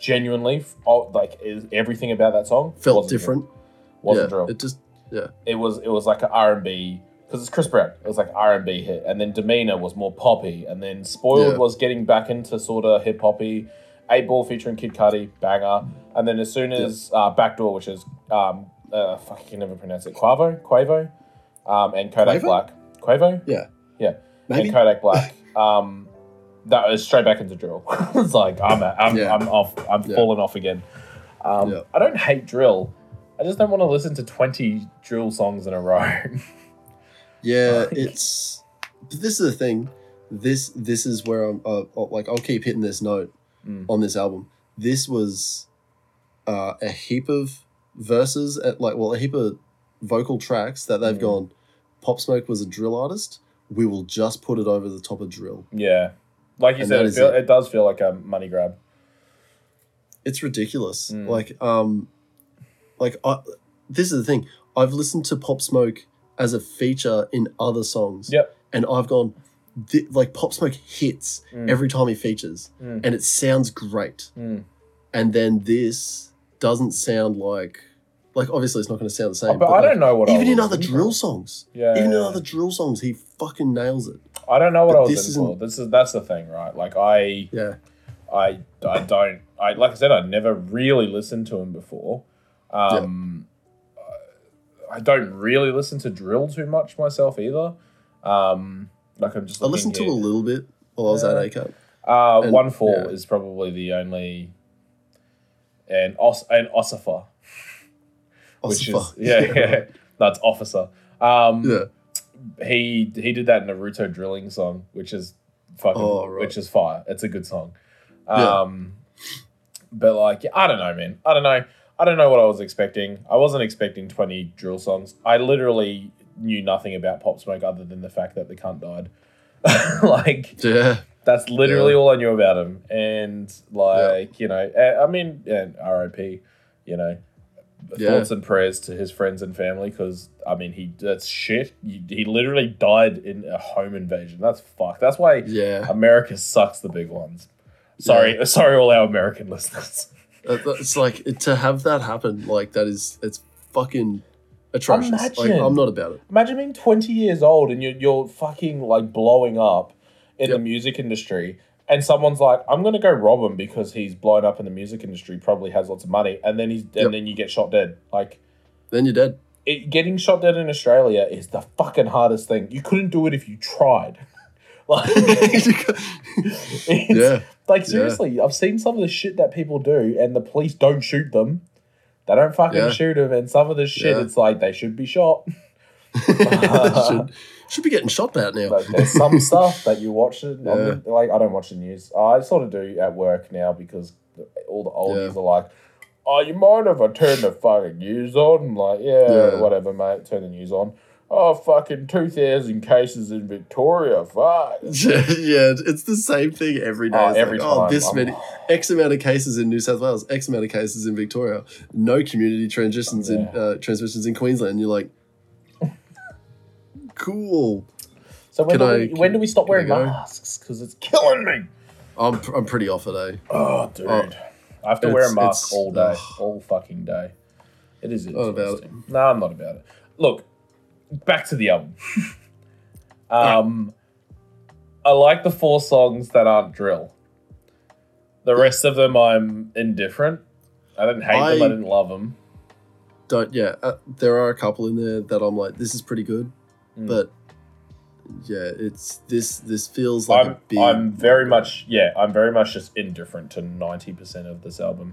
genuinely, f- oh, like is everything about that song felt wasn't drill. different. Wasn't yeah, drill. it just it was it was like an R and B because it's Chris Brown. It was like R and B hit, and then Demeanor was more poppy, and then Spoiled Yeah. was getting back into sort of hip hoppy. Eight Ball featuring Kid Cudi, banger, and then as soon as uh, Backdoor, which is um, uh, fuck, I can never pronounce it, Quavo, Quavo, um, and Kodak Quavo? Black, Quavo, maybe and Kodak Black. um, that was straight back into drill. it's like I'm I'm, Yeah. I'm off. I'm Yeah. falling off again. Um, Yeah. I don't hate drill. I just don't want to listen to twenty drill songs in a row. Yeah, Like- it's but this is the thing. This this is where I'm uh, uh, like I'll keep hitting this note Mm. on this album. This was uh, a heap of verses at like well a heap of vocal tracks that they've Mm. gone. Pop Smoke was a drill artist. We will just put it over the top of drill. Yeah, like you And that said, it, is feel, it. it. does feel like a money grab. It's ridiculous. Mm. Like um, like I this is the thing. I've listened to Pop Smoke as a feature in other songs. Yep. And I've gone, th- like Pop Smoke hits. Mm. every time he features Mm. and it sounds great Mm. and then this doesn't sound like like obviously it's not going to sound the same Oh, but, I like, don't know what I even was in other in for. drill songs Yeah, even in other drill songs he fucking nails it I don't know what but I was this in for. isn't- This is that's the thing, right? Like I, yeah I, I don't. I like I said, I never really listened to him before. Um, I don't really listen to drill too much myself either. Um, like I'm just. i listened to a little bit while i was at Yeah. ACAP. Uh, and- one four yeah. is probably the only. And os and ossifer, I was which is fuck- yeah, yeah. that's officer. Um, yeah he he did that Naruto drilling song, which is fucking, Oh, right. which is fire. It's a good song. Yeah. Um, but like, yeah, I don't know, man. I don't know. I don't know what I was expecting. I wasn't expecting twenty drill songs. I literally knew nothing about Pop Smoke other than the fact that the cunt died. like yeah that's literally all I knew about him. And like, you know, eh, I mean, and R.I.P. You know, Yeah. Thoughts and prayers to his friends and family because I mean he that's shit. He, he literally died in a home invasion. That's fucked. That's why Yeah. America sucks the big ones. Sorry, sorry, all our American listeners. That- That's Uh, like to have that happen. Like that is it's fucking atrocious. Like Imagine. I'm not about it. Imagine being 20 years old and you're, you're fucking like blowing up in the Yep. music industry. And someone's like, I'm going to go rob him because he's blown up in the music industry, probably has lots of money. And then he's, and Yep. then you get shot dead. Like, Then you're dead. it, getting shot dead in Australia is the fucking hardest thing. You couldn't do it if you tried. like, it's- yeah. like seriously, I've seen some of the shit that people do, and the police don't shoot them. They don't fucking Yeah. shoot them, and some of the shit, Yeah. it's like they should be shot. should, should be getting shot at now. like there's some stuff that you watch it on Yeah. the, like I don't watch the news. I sort of do at work now because all the oldies are like, "Oh, you mind if I turn the fucking news on?" I'm like, yeah, Yeah. whatever, mate. Turn the news on. Oh, fucking two thousand cases in Victoria. Fuck. yeah, it's the same thing every day. Oh, It's every like, time. oh, this I'm- many, X amount of cases in New South Wales, X amount of cases in Victoria, no community transitions in Yeah. uh, transmissions in Queensland. You're like, cool. So when Can do, I- we, when do we stop can I wearing go? masks? Because it's killing me. I'm I'm pretty off it, eh? Oh, dude. Oh. I have to wear a It's- mask it's- all day, ugh. all fucking day. It is Not about interesting. No, I'm not about it. Look, back to the album. um, I like the four songs that aren't drill. The rest of them, I'm indifferent. I didn't hate them. I I- didn't love them. Don't yeah. Uh, there are a couple in there that I'm like, this is pretty good, Mm. but yeah, it's this this feels like I'm, a big. I'm very much, yeah, I'm very much just indifferent to 90% of this album.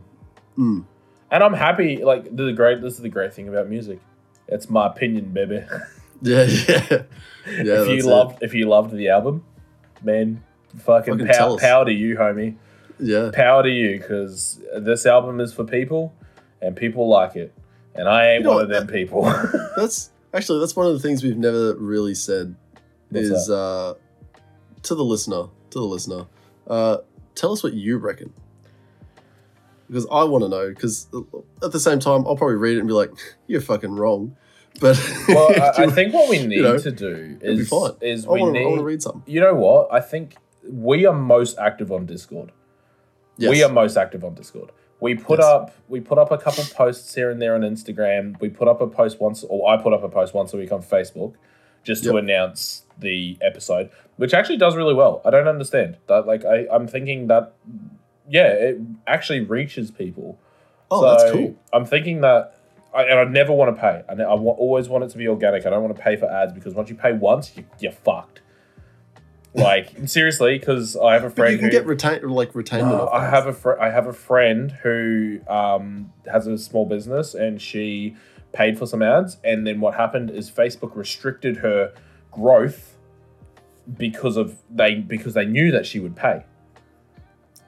Mm. And I'm happy, like, the great, this is the great thing about music. It's my opinion, baby. yeah yeah yeah. if you that's it. loved if you loved the album, man, fucking, Fucking pow- tell us. power to you, homie. yeah Power to you, because this album is for people, and people like it, and I ain't You know one what, of them people. that's actually that's one of the things we've never really said What's is uh to the listener to the listener uh tell us what you reckon because i want to know because at the same time i'll probably read it and be like you're fucking wrong but well, I, I think what we need know, to do it'll be is fine. is I we wanna- I need. want to read something you know what? I think we are most active on Discord. yes. We are most active on Discord. We put Yes. up we put up a couple posts here and there on Instagram. We put up a post once, or I put up a post once a week on Facebook, just to Yep. announce the episode, which actually does really well. I don't understand that. Like I, I'm thinking that, yeah, it actually reaches people. oh So, that's cool I'm thinking that, I, and I never want to pay. I, ne- I wa- always want it to be organic. I don't want to pay for ads because once you pay once, you, you're fucked. Like seriously, because I have a but friend you can who get retain like retainment no, of Uh, I that. have a fr- I have a friend who um, has a small business and she paid for some ads and then what happened is Facebook restricted her growth because of they because they knew that she would pay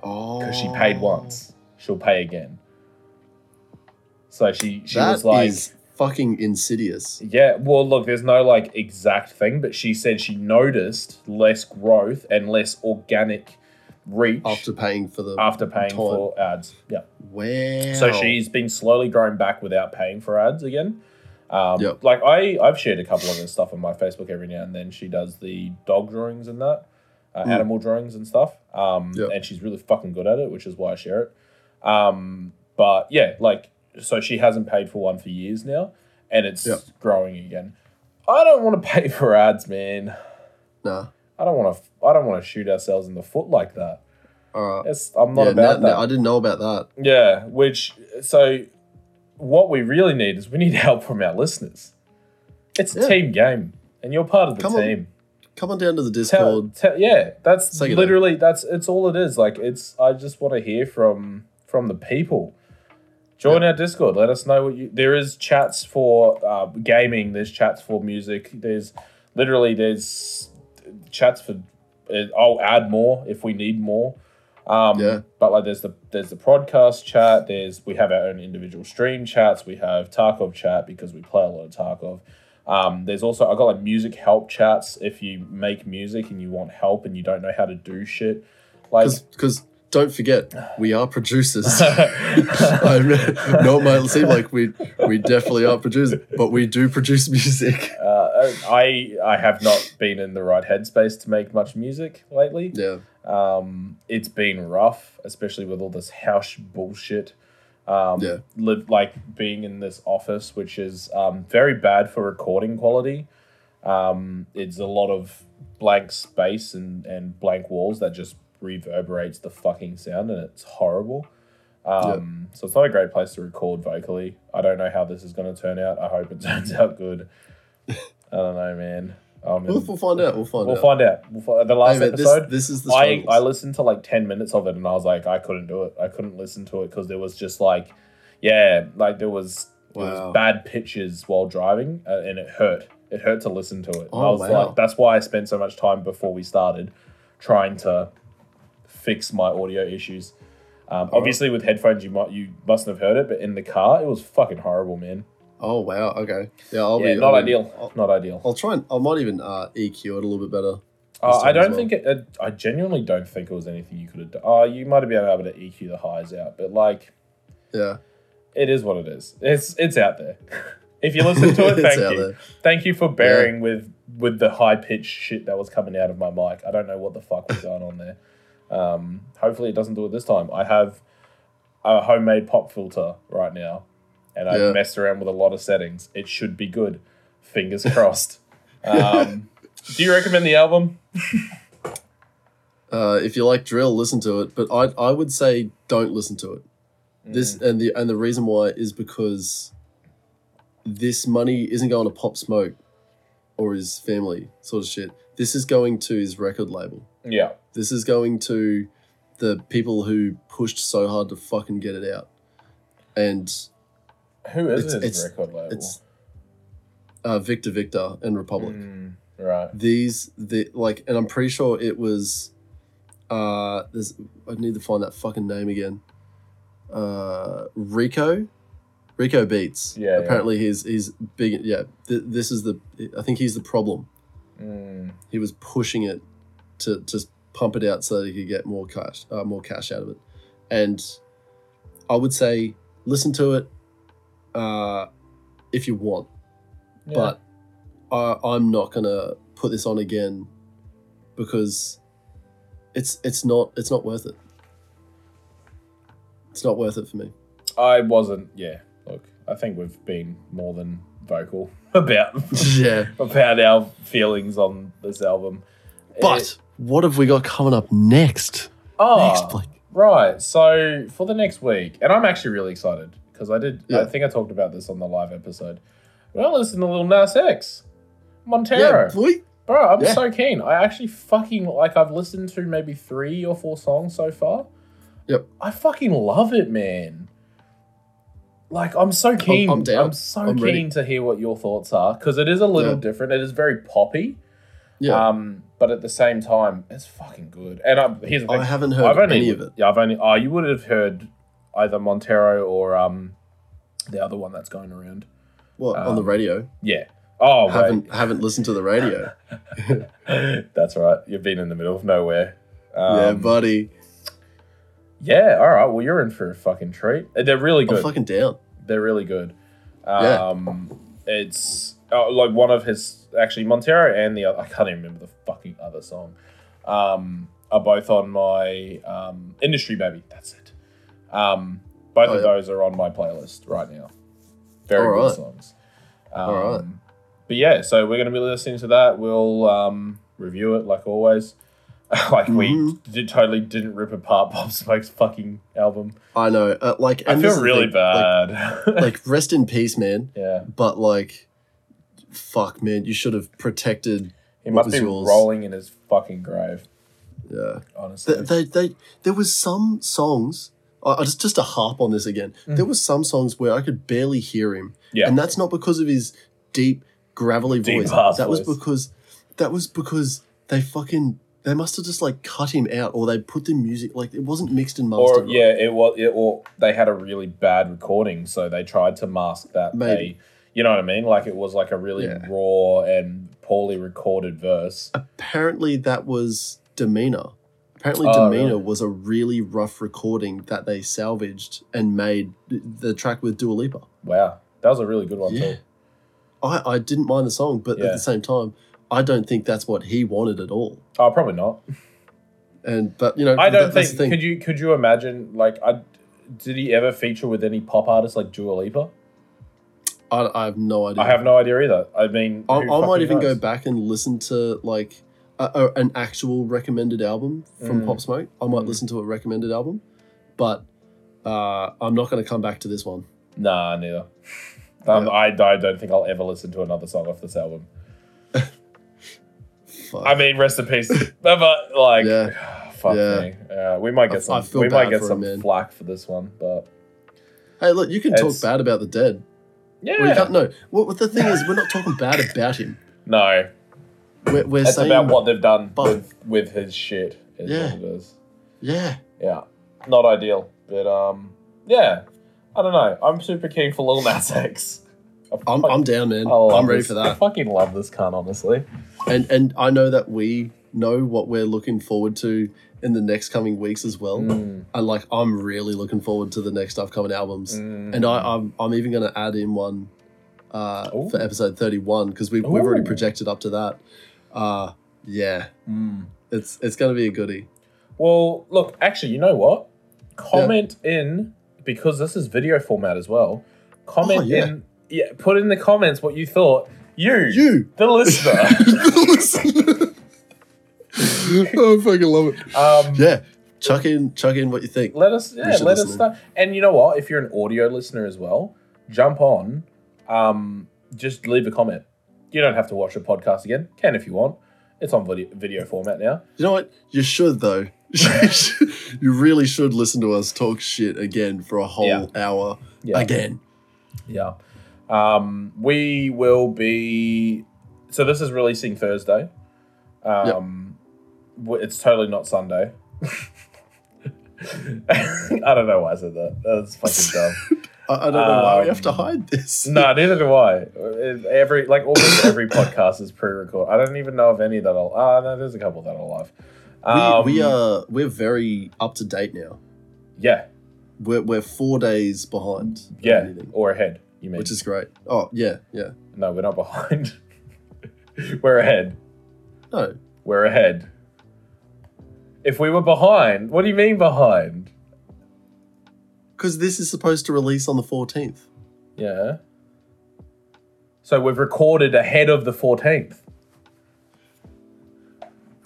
oh because she paid once she'll pay again. So she she That was like is fucking insidious yeah, well, look, there's no like exact thing, but she said she noticed less growth and less organic reach after, after paying for the paying time. for ads. Yeah. wow Uh, So she's been slowly growing back without paying for ads again. Um, Yep. Like I, I've shared a couple of her stuff on my Facebook every now and then. She does the dog drawings and that, uh, Mm. animal drawings and stuff. Um, Yep. And she's really fucking good at it, which is why I share it. Um, but yeah, like so she hasn't paid for one for years now, and it's Yep. growing again. I don't want to pay for ads, man. nah I don't want to. I don't want to shoot ourselves in the foot like that. all right It's, I'm not Yeah, about no- that. no, I didn't know about that. Yeah, which so what we really need is we need help from our listeners. It's a Yeah. team game, and you're part of the Come on, team. Come on down to the Tell, Discord. tell, yeah, that's Suck it up. literally that's it's all it is. Like it's I just want to hear from from the people. Join our Discord. Let us know what you. There is chats for uh, gaming. There's chats for music. There's literally there's chats for. uh, I'll add more if we need more. Um, Yeah. But like, there's the there's the podcast chat. There's we have our own individual stream chats. We have Tarkov chat because we play a lot of Tarkov. Um, there's also I got like music help chats if you make music and you want help and you don't know how to do shit. Like Because don't forget, we are producers. I mean, no, it might seem like we we definitely are producers, but we do produce music. Uh, I I have not been in the right headspace to make much music lately. Yeah, Um, it's been rough, especially with all this house bullshit. Um, Yeah. Live like being in this office, which is um, very bad for recording quality. Um, it's a lot of blank space and and blank walls that just reverberates the fucking sound, and it's horrible. Um, So it's not a great place to record vocally. I don't know how this is going to turn out. I hope it turns out good. I don't know, man. Um, we'll, we'll find out. We'll find We'll out. find out. We'll fi- the last Hey, man, episode, this, this is the I, struggles. I listened to like 10 minutes of it and I was like, I couldn't do it. I couldn't listen to it because there was just like, yeah, like there was, there Wow. was bad pitches while driving uh, and it hurt. It hurt to listen to it. I Oh, was wow. like, that's why I spent so much time before we started trying to fix my audio issues. Um, right. obviously, with headphones, you might you mustn't have heard it, but in the car, it was fucking horrible, man. oh wow. Okay. Yeah. I'll yeah, be not I'll be- ideal. I'll, not ideal. I'll try and I might even uh, EQ it a little bit better. Uh, this I time as don't well. think it, it. I genuinely don't think it was anything you could have done. Oh, you might have been able to EQ the highs out, but like, Yeah. it is what it is. It's it's out there. if you listen to it, It's thank out you. there. Thank you for bearing with with the high pitched shit that was coming out of my mic. I don't know what the fuck was going on there. Um, hopefully, it doesn't do it this time. I have a homemade pop filter right now, and I Yeah. have messed around with a lot of settings. It should be good. Fingers crossed. um, do you recommend the album? Uh, if you like drill, listen to it. But I I would say don't listen to it. This Mm. and the and the reason why is because this money isn't going to Pop Smoke or his family sort of shit. This is going to his record label. Mm, Yeah. This is going to the people who pushed so hard to fucking get it out. And Who is It's- his it's- record label? it's uh, Victor Victor and Republic. Mm, right. These the like and I'm pretty sure it was uh there's I need to find that fucking name again. Uh Rico Rico Beats. Yeah, yeah. Apparently he's he's big yeah. Th- this is the I think he's the problem. Mm, He was pushing it to just pump it out so that he could get more cash uh, more cash out of it. And I would say listen to it uh if you want yeah. but I, I'm not gonna put this on again because it's it's not it's not worth it. It's not worth it for me. I wasn't. Yeah. Look, I think we've been more than vocal about yeah, about our feelings on this album. but It- what have we got coming up next? next, oh, Blake. right. So for the next week, and I'm actually really excited because I did. I Yeah. think I talked about this on the live episode. Well, listen to Little Nas X, Montero. Yeah, boy. Bro, I'm Yeah. so keen. I actually fucking like. I've listened to maybe three or four songs so far. Yep. I fucking love it, man. Like I'm so keen. I'm, I'm down. so I'm keen ready. to hear what your thoughts are because it is a little Yeah. different. It is very poppy. Yeah, Um, but at the same time, it's fucking good. And I, here's the thing. I haven't heard I've only, any of it. Yeah, I've only. Oh, you would have heard either Montero or um, the other one that's going around. What on the um, radio? Yeah. Oh, wait. haven't haven't listened to the radio. That's right. You've been in the middle of nowhere. Um, yeah, buddy, yeah, all right. Well, you're in for a fucking treat. Uh, They're really I'm good. fucking down. They're really good. Yeah. Um, It's uh, like one of his actually Montero and the other. I can't even remember the fucking other song. Um, are both on my um, industry baby. That's it. Um, both Oh, of yeah. those are on my playlist right now. Very All good right. songs. Um, All right. But yeah, so we're going to be listening to that. We'll um, review it like always. like we Mhm. did, totally didn't rip apart Bob Smoke's fucking album. I know. Uh, like, I and feel this is the really thing, bad. Like, like, rest in peace, man. yeah, But like, fuck, man, you should have protected he What must was be yours? rolling in his fucking grave. Yeah. Honestly, They, they, they, there was some songs. I I just just to harp on this again. Mm. There was some songs where I could barely hear him, yeah, and that's not because of his deep, gravelly Deep voice. bass that was voice. because that was because they fucking they must have just like cut him out, or they put the music like it wasn't mixed and mastered. or right. yeah, it was. It, or they had a really bad recording, so they tried to mask that. Maybe. They, you know what I mean? Like it was like a really Yeah. Uh, raw and poorly recorded verse. Apparently, that was demeanor. Apparently, Oh, Demeanor really? was a really rough recording that they salvaged and made the track with Dua Lipa. Wow, that was a really good one too. I, I didn't mind the song, but at Yeah. the same time, I don't think that's what he wanted at all. Oh, probably not. And but you know, I don't that- that's think. the thing. Could you could you imagine like I did he ever feature with any pop artists like Dua Lipa? I, I have no idea. I have no idea either. I mean, who I, I might fucking even go knows? back and listen to like a, a, an actual recommended album from Mm. Pop Smoke. I might Mm. listen to a recommended album, but uh, I'm not going to come back to this one. Nah, neither. Um, Yeah. I, I don't think I'll ever listen to another song off this album. Fuck. I mean, rest in peace. Never like, fuck Yeah. me. Yeah, we might I- I get some. feel We might bad get for him, some man. flack for this one, but hey, look, you can It's- talk bad about the dead. yeah, We can't, no, what, what the thing is, we're not talking bad about him. no, We're, we're it's saying, about what they've done but- with with his shit. Is what Yeah. it is. yeah, Yeah, not ideal, but um, yeah, I don't know. I'm super keen for Lil Nas X. I I'm, fuck- I'm down, man. I love I'm ready this- for I that. fucking love this cunt, honestly. And and I know that we know what we're looking forward to in the next coming weeks as well. Mm, And like, I'm really looking forward to the next upcoming albums. mm. And I, I'm, I'm even going to add in one uh, Ooh. for episode 31 because we've, we've already Ooh. projected up to that. Uh, yeah, Mm. it's it's going to be a goodie. Well, look, actually, you know what? Comment in because this is video format as well. Comment Oh, yeah. in, yeah, put in the comments what you thought. You, You! the listener. oh, I fucking love it. um, Yeah, chuck in, chuck in what you think. Let us, yeah, let should us listen know. And you know what? If you're an audio listener as well, jump on. Um, just leave a comment. You don't have to watch a podcast again. Can if you want. It's on video, video format now. You know what? You should though. you should- you really should listen to us talk shit again for a whole Yeah. hour Yeah. again. Yeah. Um, we will be. So this is releasing Thursday. Um, w It's totally not Sunday. I don't know why I said that. That's fucking dumb. I, I don't know why we have to Um, hide this. no, neither do I. Every like almost every podcast is pre-recorded. I don't even know of any that are. Ah, no, there's a couple that are live. Um, we, uh, we are we're very up to date now. Yeah, We're, we're four days behind. of yeah, anything, or ahead. You mean? which is great. Oh yeah, yeah. no, we're not behind. we're ahead. No, We're ahead. If we were behind, what do you mean behind? because this is supposed to release on the fourteenth. Yeah. So we've recorded ahead of the 14th.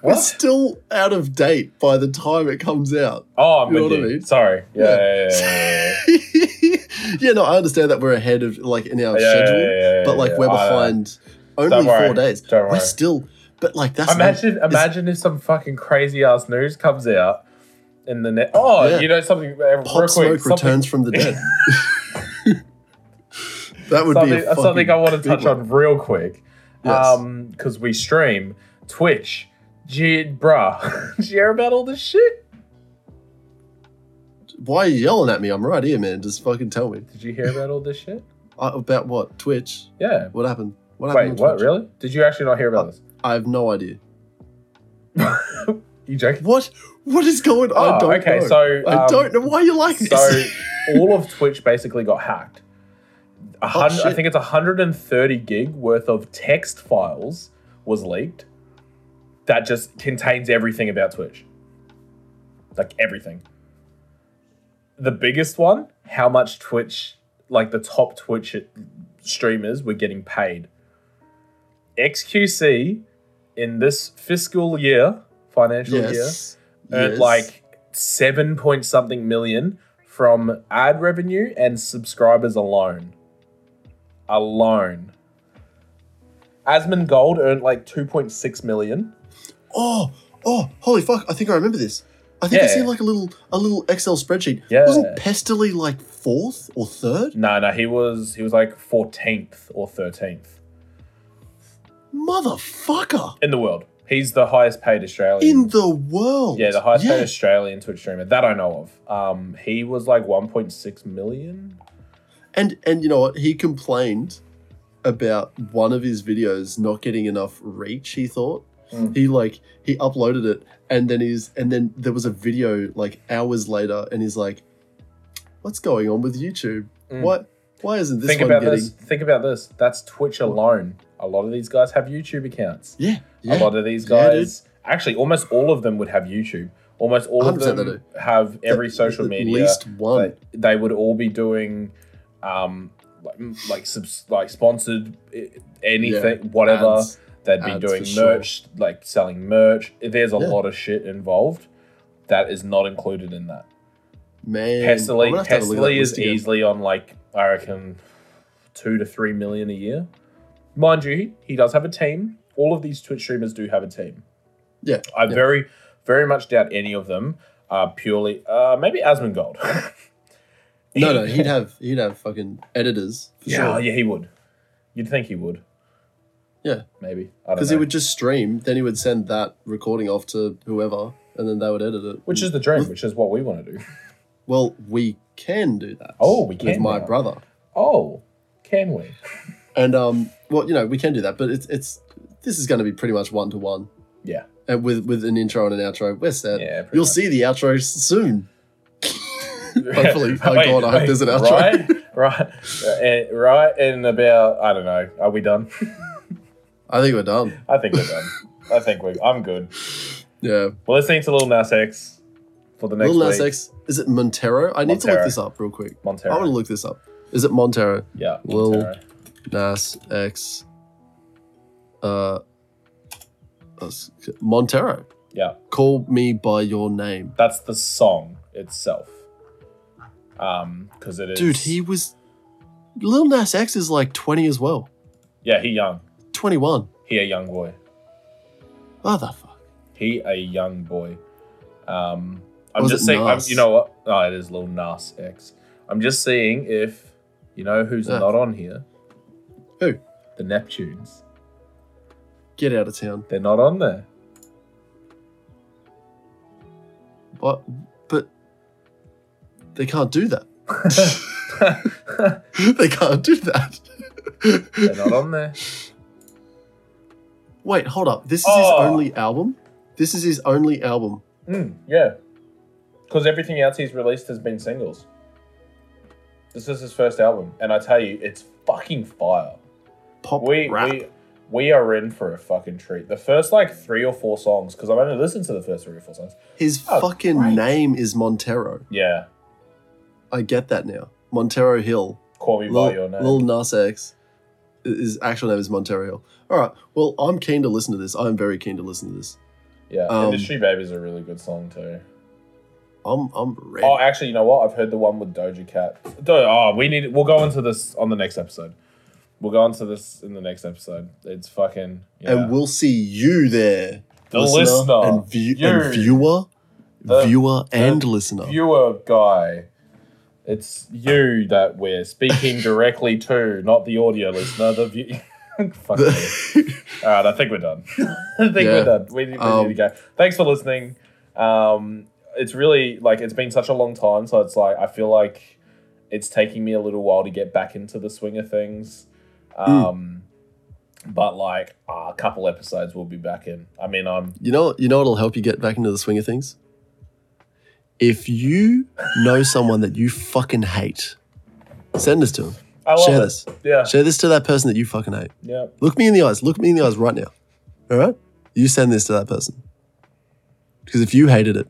We're What? still out of date by the time it comes out. Oh, I'm You know with what I you. mean? Sorry. Yeah. Yeah. yeah, yeah, yeah, yeah. yeah, no, I understand that we're ahead of like in our Yeah, schedule, yeah, yeah, yeah, but like yeah. we're I know. behind only Don't worry. four days. Don't We're worry. still, but like that's not- Imagine, imagine if some fucking crazy ass news comes out in the net. Oh, Yeah. you know something? uh, Pop real Smoke quick, something, returns from the dead. that would be something, a fucking something I want to big touch one. on real quick. Yes. Um, because we stream Twitch. Gee, bruh, did you hear about all this shit? Why are you yelling at me? I'm right here, man. Just fucking tell me Did you hear about all this shit? I, about what Twitch. Yeah. What happened? What Wait, happened? on what? Twitch? Uh, Really? Did you actually not hear about this? I have no idea. You joking? What? What is going on? I Oh, don't okay. know. So I um, don't know why you like this. So all of Twitch basically got hacked. A Oh, hundred, I shit. think it's 130 gig worth of text files was leaked. That just contains everything about Twitch, like everything. The biggest one, how much Twitch, like the top Twitch streamers, were getting paid. XQC in this fiscal year, financial year, yes. earned Yes. like seven point something million from ad revenue and subscribers alone. Alone. Asmund Gold earned like 2.6 million. Oh, oh, holy fuck! I think I remember this. I think I Yeah. seen like a little a little Excel spreadsheet. Yeah. Wasn't Pesterly like fourth or third? No, no, he was he was like 14th or 13th Motherfucker! in the world. He's the highest paid Australian. In the world. yeah, the highest Yeah. paid Australian Twitch streamer that I know of. Um, he was like 1.6 million. And and you know what? He complained about one of his videos not getting enough reach. He thought, Mm. He like he uploaded it and then he's and then there was a video like hours later and he's like, What's going on with YouTube? Mm. What why isn't this Think one about getting this. Think about this. That's Twitch alone. A lot of these guys have YouTube accounts. Yeah. A Yeah. lot of these Yeah, dude. guys, actually, almost all of them would have YouTube. Almost all of 100% they them have every At- social at media. least one. But they would all be doing, um, like like subs, like sponsored eh, anything, whatever. Ads. They'd be ads doing for sure. merch, like selling merch. There's a Yeah. lot of shit involved that is not included in that. Man. Pestily, I'm gonna have to have a look at that Pestily list is again. easily on like I reckon two to three million a year. Mind you, he does have a team. All of these Twitch streamers do have a team. Yeah, I yeah. very, very much doubt any of them are purely. Uh, maybe Asmongold. No, no, he'd have he'd have fucking editors for yeah, sure. yeah, he would. You'd think he would. Yeah. maybe I don't Because know. he would just stream, then he would send that recording off to whoever, and then they would edit it. which is the dream, which is what we want to do. well, we can do that. Oh, we can with my now. brother. Oh, can we? And um, well, you know, we can do that, but it's it's this is going to be pretty much one to one. Yeah. and with with an intro and an outro, we're set. Yeah, pretty You'll much. see the outro s- soon. Hopefully. Oh, God, I hope there's an outro. Right, right, Uh, right. In about I don't know. Are we done? I think we're done. I think we're done. I think we. I'm good. Yeah, Well, listening to Little Nas X for the next Little Nas week. X. Is it Montero? I need to Montero. look this up real quick. I want to Montero. look this up. Is it Montero? Yeah, Lil- Montero. Nas X. Uh, us- Montero. Yeah, Call me by your name, that's the song itself. Um, because it is. dude. He was. Lil Nas X is like twenty as well. Yeah, he young. Twenty one. He a young boy. Motherfucker. He a young boy. Um, I'm Was just it saying. I'm, Nas? you know what? No, it is Lil Nas X. I'm just seeing if you know who's Yeah. not on here. Who? The Neptunes. Get out of town. They're not on there. But but they can't do that. They're they can't do that. not on there. Wait, hold up. This is Oh. his only album. This is his only album. Mm, yeah, because everything else he's released has been singles. This is his first album, and I tell you, it's fucking fire. Pop we rap. we we are in for a fucking treat. The first like three or four songs, because I've only listened to the first three or four songs. His Oh, fucking great. name is Montero. Yeah, I get that now. Montero Hill. call me by your Lil, name. Lil Nas X. His actual name is Montero Hill. All right. Well, I'm keen to listen to this. I'm very keen to listen to this. yeah, um, Industry Baby's a really good song too. I'm I'm ready. Oh, actually, you know what? I've heard the one with Doja Cat. Do- oh, we need. We'll go into this on the next episode. We'll go into this in the next episode. It's fucking. Yeah. And we'll see you there. The listener. and, view, and You. viewer, The- viewer and listener. viewer guy. It's you that we're speaking directly to, not the audio listener. The view. Fuck me. The- All right, I think we're done. I think Yeah. we're done. We, we Um, need to go. Thanks for listening. Um, it's really like it's been such a long time, so it's like I feel like it's taking me a little while to get back into the swing of things. Hmm. Um, But like ah, a couple episodes, we'll be back in. I mean, I'm you know, you know what'll help you get back into the swing of things. If you know someone that you fucking hate, send this to them. I love Share it. this. Yeah, Share this to that person that you fucking hate. yeah. Look me in the eyes. Look me in the eyes right now. All right? You send this to that person. Because if you hated it,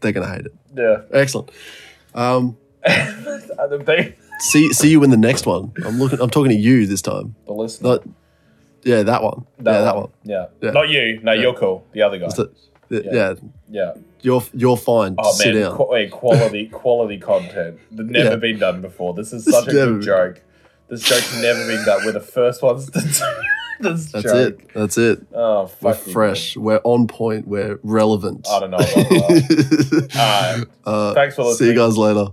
they're going to hate it. Yeah. Excellent. Um, the, thing- see see you in the next one. I'm looking I'm talking to you this time. the listener. Not yeah, that one. yeah, that one. Yeah. Yeah. Not you. No, Yeah. you're cool. The other guy. It's the- the- Yeah. yeah. yeah. you're you're fine. Oh Sit man, down. qu- wait, quality quality content. They've never Yeah. been done before. This is This such a never good been- joke. This joke's never been done. We're the first ones to do this That's joke. it. That's it. Oh fuck. We're you, fresh. We're on point. We're relevant. man. I don't know. About that. Alright. Uh, Thanks for see you listening. guys later.